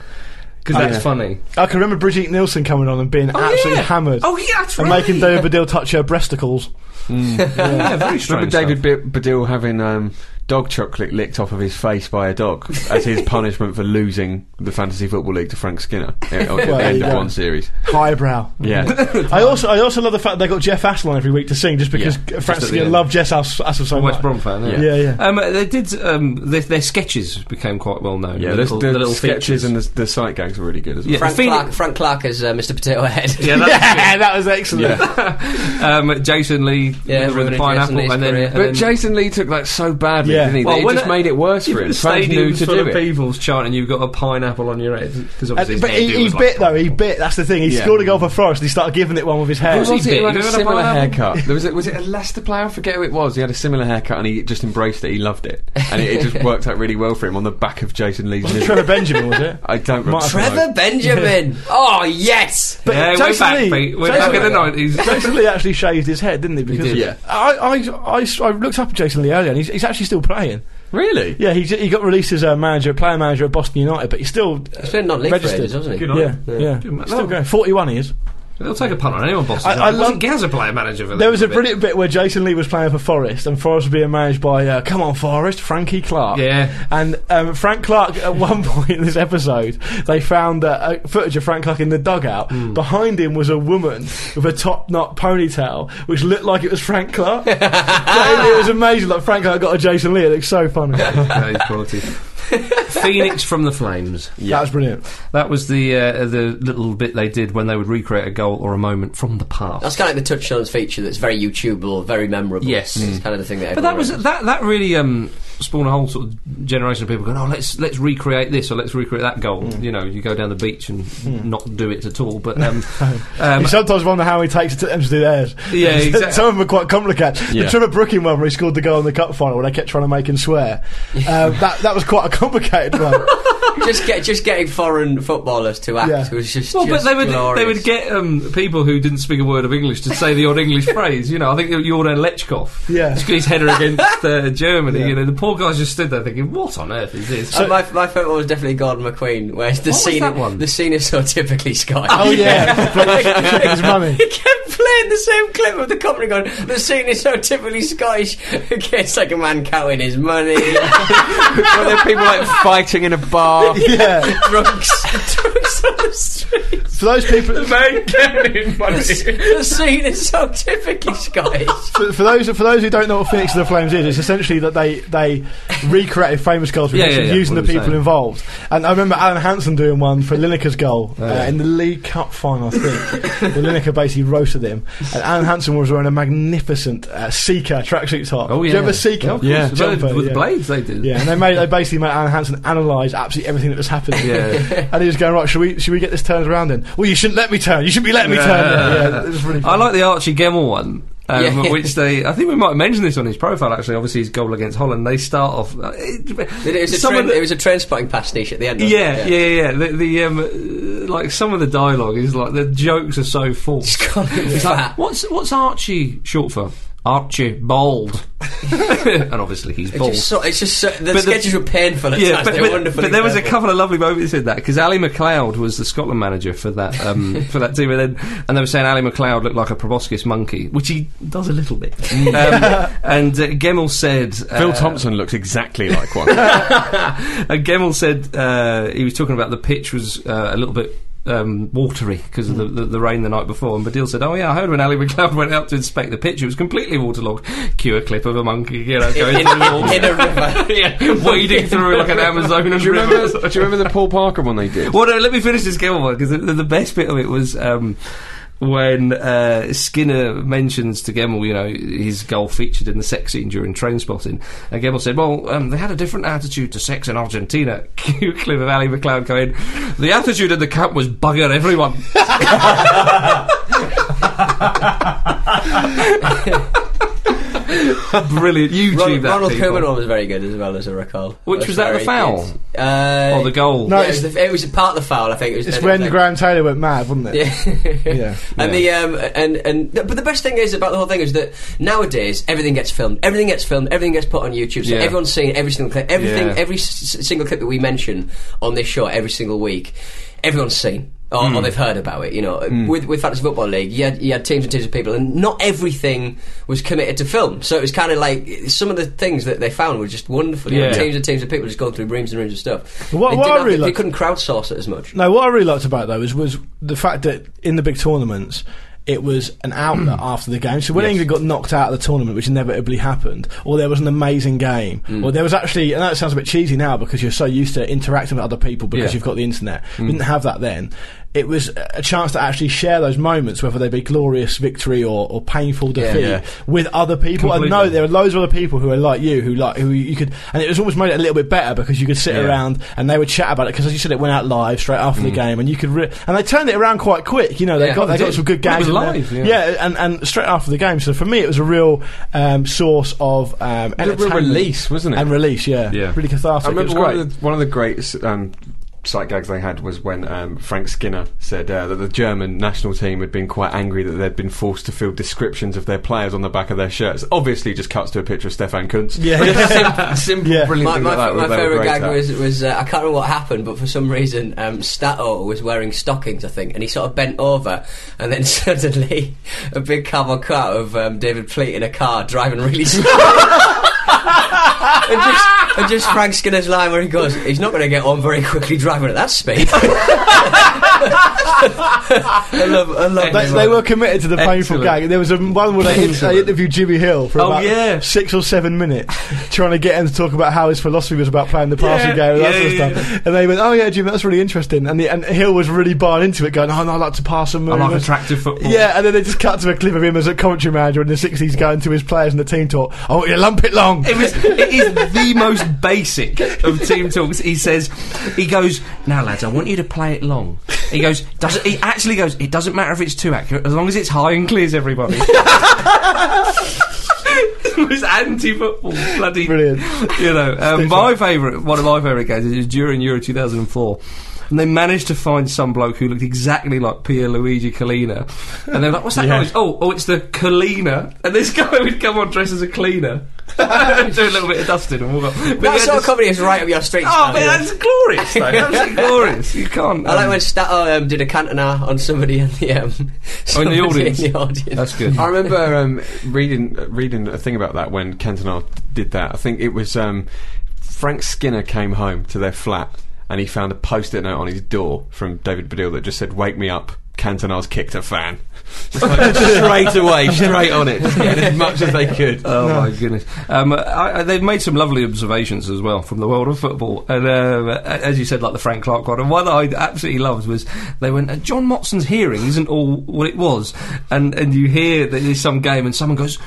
S2: Because that's
S3: yeah.
S2: funny.
S3: I can remember Brigitte Nielsen coming on and being absolutely
S2: yeah.
S3: hammered.
S2: Oh, yeah, that's
S3: and
S2: right.
S3: making David Baddiel touch her breasticles.
S2: Yeah, very strange.
S5: Remember David B- Baddiel having um, dog chocolate licked off of his face by a dog as his punishment for losing the fantasy football league to Frank Skinner at, at
S3: Well,
S5: the
S3: there
S5: end
S3: you
S5: of
S3: go.
S5: one series.
S3: Highbrow.
S5: Yeah,
S3: I also I also love the fact they got Jeff Assel on every week to sing just because
S2: Yeah, just at
S3: Francis
S2: the end.
S3: loved Jeff Ass- Assel so
S2: stuff. West
S3: much.
S2: Brom fan. Yeah,
S3: Yeah, yeah.
S2: Um, uh, they did. Um, their, their sketches became quite well known.
S5: yeah.
S2: the,
S5: Those,
S2: little,
S5: the,
S2: the little
S5: sketches
S2: features.
S5: and the, the sight gags were really good as well.
S2: Yeah.
S4: Frank
S2: Phoenix-
S4: Clark, Frank Clark as uh, Mr. Potato Head.
S2: yeah, that's
S3: yeah, that was excellent.
S2: good. um, Jason Lee
S4: Yeah,
S2: with, the- with the
S4: ruining
S2: pineapple,
S4: Jason Lee's
S2: and then,
S4: career.
S2: and
S5: But
S2: then-
S5: Jason Lee took that so badly,
S3: Yeah.
S5: didn't he?
S2: Well,
S5: that it
S2: when
S5: just
S2: it-
S5: made it worse for
S2: Even
S5: him. Frank knew
S2: stadiums
S5: to
S2: full
S5: do
S2: of
S5: it.
S2: people's chanting, "You've got a pineapple on your head," because
S3: Uh,
S2: obviously, his
S3: but he,
S2: hairdo
S3: he
S2: was like-
S3: bit though. He bit. That's the thing. He
S5: Yeah.
S3: scored a goal for Forest. and He started giving it one with his hair.
S5: Was,
S2: he
S5: it like a
S2: big? Who had a
S5: similar
S2: pineapple?
S5: haircut? There was, it, was it a Leicester player? I forget who it was. He had a similar haircut and he just embraced it. He loved it. And it, it just worked out really well for him on the back of Jason Lee's knee.
S3: Trevor Benjamin was it?
S5: I don't remember.
S4: Trevor Benjamin. Oh yes.
S3: But
S2: Yeah, we're
S3: Jason
S2: back,
S3: Lee-
S2: Pete. We're
S3: Jason
S2: back in the
S3: Lee-
S2: nineties.
S3: Jason Lee actually shaved his head, didn't he? Because
S2: did.
S5: Yeah.
S3: I, I, I, I looked up at Jason Lee earlier, and he's, he's actually still playing.
S5: Really?
S3: Yeah, he, j- he got released as a manager, player manager at Boston United, but he's still
S4: He's been non-league for
S3: registered,
S4: ages, hasn't he?
S2: Good on
S3: yeah,
S2: him.
S3: yeah,
S2: Good
S3: still
S2: man. Oh.
S3: going. Forty-one, he is.
S2: They'll take a punt on anyone, boss.
S3: I-
S2: I,
S3: I
S2: wasn't Gaz a player manager for
S3: There was a
S2: them, but-
S3: brilliant bit where Jason Lee was playing for Forest, and Forest was being managed by, uh, come on, Forest, Frankie Clark.
S2: Yeah.
S3: And um, Frank Clark, at one point in this episode, they found uh, uh, footage of Frank Clark in the dugout. Behind him was a woman with a top knot ponytail, which looked like it was Frank Clark. But it, it was amazing. Like Frank Clark got a Jason Lee. It looked so funny.
S2: That is quality. Phoenix from the flames.
S3: That was brilliant.
S2: That was the uh, the little bit they did when they would recreate a goal or a moment from the past.
S4: That's kind of like the touchstones feature that's very YouTubeable, very memorable.
S2: Yes. Mm.
S4: it's kind of the thing that.
S2: but that
S4: everyone
S2: was
S4: remembers.
S2: that that really um, spawn a whole sort of generation of people going, oh, let's let's recreate this or let's recreate that goal.
S3: Mm.
S2: You know, you go down the beach and not do it at all. But um, um,
S3: you sometimes wonder how he takes it to them to do theirs.
S2: Yeah, exactly.
S3: Some of them are quite complicated.
S5: Yeah.
S3: The Trevor Brooking one where he scored the goal in the cup final when I kept trying to make him swear. um, that that was quite a complicated one.
S4: just get just getting foreign footballers to act
S3: Yeah.
S4: was just.
S2: Well, but
S4: just
S2: they would they
S4: glorious.
S2: would get um, people who didn't speak a word of English to say the odd English phrase. You know, I think Jordan Lechkov,
S3: Yeah.
S2: just his header against uh, Germany.
S3: Yeah.
S2: You know, the poor guys just stood there thinking, "What on earth is this?"
S4: Uh, my my favourite one was definitely Gordon McQueen, where the
S2: was
S4: scene
S2: that one?
S4: the scene is so typically Scottish.
S3: Oh, yeah. His money.
S4: He kept playing the same clip of the comedy going, the scene is so typically Scottish. It's like a man counting his money,
S5: Were there people like fighting in a bar?
S3: yeah.
S4: drunks, drunks on the street.
S3: For those people,
S4: The scene is so typically Scottish.
S3: for, for those for those who don't know what Phoenix of the Flames is, it's essentially that they they recreated famous goals from
S2: Yeah,
S3: history
S2: yeah, yeah,
S3: using
S2: what
S3: the
S2: we were
S3: people
S2: saying.
S3: involved. And I remember Alan Hansen doing one for Lineker's
S2: Oh,
S3: goal uh, in the League Cup final. I think the Lineker basically roasted him, and Alan Hansen was wearing a magnificent uh, Seeker tracksuit top.
S2: oh yeah,
S3: Did you ever Seeker?
S2: Yeah, of course.
S5: Yeah.
S2: With-
S3: Jumper,
S2: with
S3: yeah.
S2: blades they did.
S3: Yeah, and they made they basically made Alan Hansen analyse absolutely everything that was happening.
S2: Yeah.
S3: and he was going right. Should we should we get this turned around? Then well, you shouldn't let me turn. You shouldn't be letting me turn. Yeah, it was really.
S2: I
S3: Fun.
S2: like the Archie Gemmell one. Um,
S4: Yeah.
S2: Which they, I think we might mention this on his profile actually. Obviously, his goal against Holland. They start off. uh, it-
S4: It was a
S2: some of
S4: train,
S2: the-
S4: it was a train spotting pastiche at the end. wasn't
S2: yeah,
S4: it?
S2: yeah, yeah. yeah. The, the um, uh, like some of the dialogue is like the jokes are so false. It's like, what's what's Archie short for? Archie bald, and obviously he's
S4: It's
S2: bald.
S4: just, so, it's just so, the
S2: the-
S4: sketches were painful at
S2: yeah,
S4: times.
S2: but,
S4: they were
S2: but-
S4: wonderful.
S2: but there was a
S4: examples.
S2: couple of lovely moments in that because Ali McLeod was the Scotland manager for that um, for that team, and then and they were saying Ali McLeod looked like a proboscis monkey, which he does a little bit. um, and uh, Gemmell said, uh,
S5: Phil Thompson looks exactly like one.
S2: and Gemmell said uh, he was talking about the pitch was uh, a little bit um, watery because
S4: Hmm.
S2: of the, the, the rain the night before. And Badil said, "Oh yeah, I heard when Ali McLeod went out to inspect the pitch, it was completely waterlogged. Cue a clip of a monkey, you know, going
S4: in,
S2: through the water,
S4: in a river.
S2: yeah, wading through like an Amazonian
S5: do you
S2: river."
S5: remember? Do you remember the Paul Parker one they did?
S2: Well, no, uh, let me finish this game one because the, the best bit of it was um, when uh, Skinner mentions to Gemmell, you know, his goal featured in the sex scene during train spotting. And Gemmell said, Well, um, they had a different attitude to sex in Argentina. Cue clip of Ali McLeod going, The attitude in the camp was bugger everyone. Brilliant. You
S4: Ron-
S2: do that.
S4: Ronald
S2: people.
S4: Koeman one was very good as well, as I recall.
S2: Which
S4: That
S2: was that the
S4: very
S2: foul?
S4: good. Uh,
S2: Or the goal.
S3: No,
S4: yeah, it, was the, it was a part of the foul, I think. It was
S3: it's
S4: it
S3: when
S4: was like-
S3: Graham Taylor went mad, wasn't it?
S4: Yeah.
S3: Yeah.
S4: And the um and and th- but the best thing is about the whole thing is that nowadays everything gets filmed, everything gets filmed, everything gets put on YouTube. So
S2: Yeah.
S4: everyone's seeing every single clip, everything,
S2: Yeah.
S4: every s- s- single clip that we mention on this show every single week. Everyone's seen. Or,
S3: Hmm.
S4: or they've heard about it, you know. With with fantasy football league, you had, you had teams and teams of people, and not everything was committed to film. So it was kind of like some of the things that they found were just wonderful. You know,
S2: Yeah.
S4: teams and teams of people just going through rooms and rooms of stuff.
S3: What-
S4: they,
S3: what
S4: didn't
S3: I
S4: have-
S3: really
S4: they
S3: like-
S4: couldn't crowdsource it as much.
S3: No, what I really liked about those was the fact that in the big tournaments, it was an outlet after the game. So when England got knocked out of the tournament, which inevitably happened, or there was an amazing game, or there was actually, and that sounds a bit cheesy now because you're so used to interacting with other people because
S2: Yeah.
S3: you've got the internet. We didn't have that then. It was a chance to actually share those moments, whether they be glorious victory or, or painful defeat,
S5: Yeah.
S3: with other people. And no,
S2: Completely.
S3: there are loads of other people who are like you, who like who you could, and it was almost made it a little bit better because you could sit
S2: Yeah. Mm.
S3: around and they would chat about it because, as you said, it went out live straight after the game, and you could re- and they turned it around quite quick. You know, they
S4: Yeah.
S3: got
S4: Oh,
S3: they
S4: they
S3: got
S2: did.
S3: some good
S2: Well, it
S3: gags.
S2: was
S3: in there.
S2: live, yeah.
S3: yeah, and and straight after the game. So for me, it was a real um, source of um,
S5: real
S3: entertainment
S5: release, wasn't it?
S3: And release, yeah,
S2: Yeah.
S3: really cathartic.
S5: I
S3: it was
S5: remember
S3: great.
S5: one of, the, one of the great um, sight gags they had was when um, Frank Skinner said uh, that the German national team had been quite angry that they'd been forced to field descriptions of their players on the back of their shirts. Obviously, just cuts to a picture of Stefan Kuntz.
S3: Yeah.
S5: simple, simple
S3: Yeah.
S5: brilliant
S4: My,
S5: thing
S4: my,
S5: like that.
S4: my
S5: They were
S4: favourite
S5: great
S4: gag
S5: at.
S4: was, was uh, I can't remember what happened, but for some reason, um, Stato was wearing stockings, I think, and he sort of bent over, and then suddenly a big cavalcade of um, David Fleet in a car driving really slow. and, just, and just Frank Skinner's line where he goes, he's not going to get on very quickly driving at that speed. I love, I love
S3: They, they were committed to the painful
S2: Excellent.
S3: gag. There was a one where they,
S2: Excellent.
S3: they interviewed Jimmy Hill for
S2: Oh,
S3: about
S2: yeah.
S3: six or seven minutes, trying to get him to talk about how his philosophy was about playing the passing
S2: Yeah,
S3: game and that
S2: yeah,
S3: sort of
S2: yeah,
S3: stuff. And they went, "Oh yeah, Jimmy, that's really interesting." And, the, and Hill was really buying into it, going, "Oh no, I like to pass and move."
S2: I like attractive football.
S3: Yeah, and then they just cut to a clip of him as a commentary manager in the sixties, going to his players in the team talk. I want you to lump it long.
S2: It, was, it is the most basic of team talks. He says, he goes, now lads, I want you to play it long. He goes, does, he actually goes, it doesn't matter if it's too accurate, as long as it's high and clears everybody. It was anti-football, bloody
S3: Brilliant.
S2: You know, um, my favourite, one of my favourite games is during Euro 2004. And they managed to find some bloke who looked exactly like Pierluigi Colina. And they're like, what's that noise? Oh, oh, it's the Colina. And this guy would come on dressed as a cleaner. Do a little bit of dusting and walk up. But
S4: That
S2: you
S4: sort
S2: had
S4: of
S2: to-
S4: comedy is right up your street.
S2: Oh,
S4: Stan.
S2: but that's glorious, though. That's glorious. You can't...
S4: I like
S2: um,
S4: when Stato um, did a cantona on somebody in the um, somebody
S2: audience.
S4: In the audience.
S2: That's good.
S5: I remember um, reading reading a thing about that when Cantona did that. I think it was um, Frank Skinner came home to their flat and he found a post-it note on his door from David Baddiel that just said, "Wake me up." Cantona's kicked a fan straight away, straight on it, just getting as much as they could.
S2: Oh my goodness! Um, I, I, they've made some lovely observations as well from the world of football, and um, a- as you said, like the Frank Clark one. And one I absolutely loved was they went, "Uh, "John Motson's hearing isn't all what it was," and and you hear that there's some game, and someone goes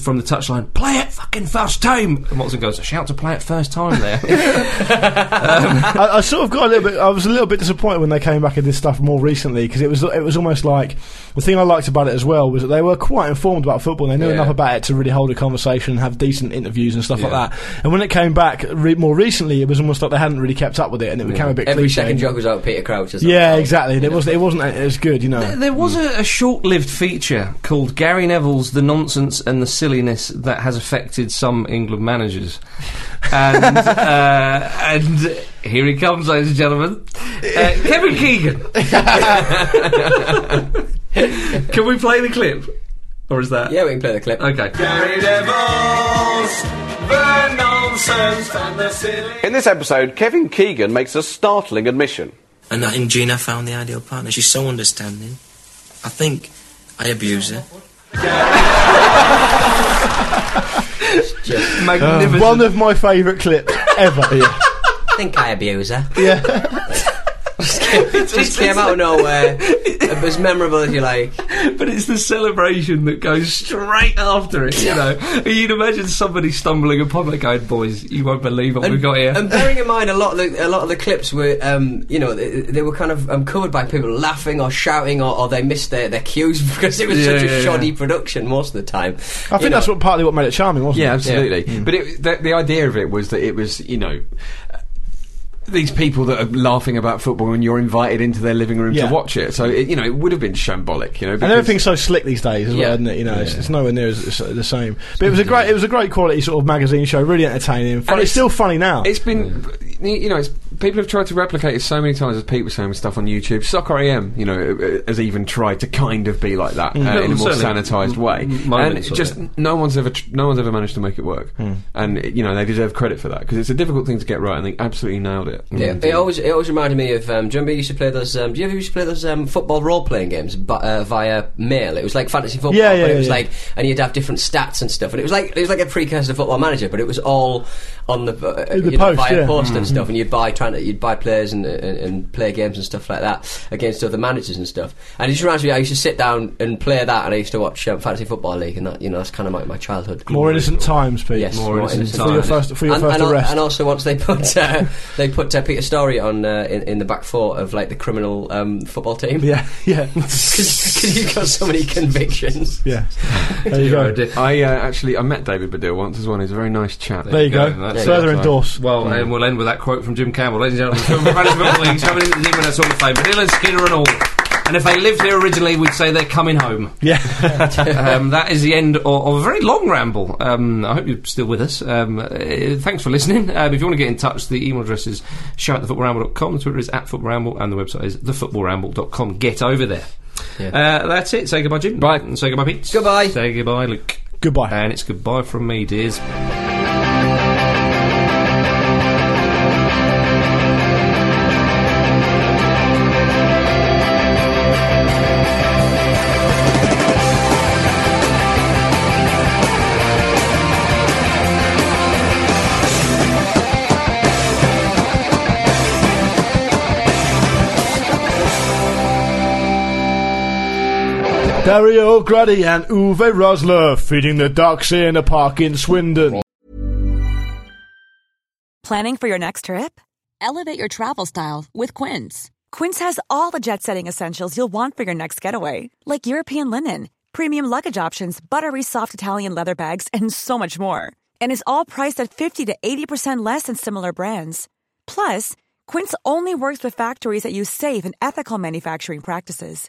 S2: from the touchline, "Play it fucking first time," and Motson goes, "I shout to play it first time there."
S3: I, I sort of got a little bit. I was a little bit disappointed when they came back at this stuff more recently because it was it was almost like the thing I liked about it as well was that they were quite informed about football. and They knew
S2: Yeah.
S3: enough about it to really hold a conversation and have decent interviews and stuff
S2: Yeah.
S3: like that. And when it came back re- more recently, it was almost like they hadn't really kept up with it, and it became a bit
S4: Every
S3: cliche.
S4: second joke was out Peter Crouch. isn't it?
S3: Yeah, exactly. And it wasn't it wasn't as good, you know.
S2: there
S4: Hmm.
S2: was a, a short-lived feature called Gary Neville's "The Nonsense and the Silliness" that has affected some England managers, and uh, and here he comes, ladies and gentlemen, uh, Kevin Keegan. Can we play the clip, or is that
S4: Yeah, we can play the clip.
S2: okay?
S6: In this episode, Kevin Keegan makes a startling admission.
S7: And I think Gina found the ideal partner. She's so understanding. I think I abuse her.
S2: Uh, Magnificent.
S3: One of my favourite clips ever.
S4: I think I abuse her.
S3: Yeah.
S4: it just came out of nowhere. as memorable as you like.
S2: but it's the celebration that goes straight after it. You know, you'd imagine somebody stumbling upon that going, "Boys, you won't believe what we've got here."
S4: And bearing in mind, a lot of the, a lot of the clips were, um, you know, they, they were kind of um, covered by people laughing or shouting, or, or they missed their, their cues because it was
S2: Yeah,
S4: such a
S2: yeah, yeah.
S4: shoddy production most of the time.
S3: I think that's what partly what made it charming, wasn't
S5: Yeah,
S3: it?
S5: absolutely.
S3: Mm.
S5: But it, the, the idea of it was that it was, you know, these people that are laughing about football and you're invited into their living room
S3: Yeah.
S5: to watch it. So, it, you know, it would have been shambolic, you know.
S3: And
S5: because-
S3: everything's so slick these days as
S4: Yeah.
S3: well, isn't it? You know, it's, it's nowhere near as, as the same. But it was a great, it was a great quality sort of magazine show, really entertaining. Fun.
S5: it's-
S3: It's, still funny now.
S5: It's been, you know, it's people have tried to replicate it so many times, as Pete was saying with stuff on YouTube. Soccer AM, you know, uh, has even tried to kind of be like that uh, in a more
S2: Mm. Certainly.
S5: sanitised way,
S2: M-
S5: and
S2: moments
S5: it
S2: of Mm.
S5: just
S2: it.
S5: no one's ever, tr- no one's ever managed to make it work. And you know, they deserve credit for that because it's a difficult thing to get right, and they absolutely nailed it.
S4: Yeah, it always it always reminded me of. Um, do you remember you used to play those? Um, do you ever used to play those um, football role playing games bu- uh, via mail? It was like fantasy football,
S3: Yeah, yeah,
S4: but it
S3: yeah,
S4: was
S3: yeah.
S4: like, and you'd have different stats and stuff, and it was like it was like a precursor to Football Manager, but it was all on the, uh,
S3: In the
S4: you know,
S3: post,
S4: via
S3: yeah. Mm-hmm.
S4: post and stuff, and you'd buy trying to you'd buy players and, and and play games and stuff like that against other managers and stuff. And it just reminds me, I used to sit down and play that, and I used to watch um, fantasy football league, and that you know that's kind of like my childhood.
S3: more innocent times, Pete.
S4: Yes, more innocent
S3: For your
S4: times.
S3: first, for your
S4: and,
S3: first
S4: and, al-
S3: arrest.
S4: and also once they put uh, they put uh, Peter Story on uh, in, in the back four of like the criminal um, football team.
S3: yeah, yeah,
S4: because you've got so many convictions.
S3: yeah. There you
S2: Euro
S3: go.
S2: did-
S5: I uh, actually I met David Baddiel once as well. and He's a very nice chap.
S3: There you
S2: There you
S3: go.
S2: go. That's
S3: Further
S5: it.
S3: endorse.
S2: Well, and we'll end with that quote from Jim Campbell. Ladies and gentlemen, the Management Football League's coming into the New Minnesota Hall of Fame, Vanilla and Skinner and all. And if they lived here originally, we'd say they're coming home.
S3: Yeah,
S2: Um, that is the end of, of a very long ramble. Um, I hope you're still with us. Um, uh, thanks for listening. Um, if you want to get in touch, the email address is show at thefootballramble.com, the Twitter is at footballramble, and the website is thefootballramble.com. Get over there. Uh, that's it. Say goodbye, Jim. Bye. And say goodbye, Pete.
S4: Goodbye.
S2: Say goodbye, Luke.
S3: Goodbye.
S2: And it's goodbye from me, dears.
S3: Harry O'Grady and Uwe Rosler feeding the ducks in a park in Swindon.
S8: Planning for your next trip? Elevate your travel style with Quince. Quince has all the jet setting essentials you'll want for your next getaway, like European linen, premium luggage options, buttery soft Italian leather bags, and so much more. And is all priced at 50 to 80% less than similar brands. Plus, Quince only works with factories that use safe and ethical manufacturing practices.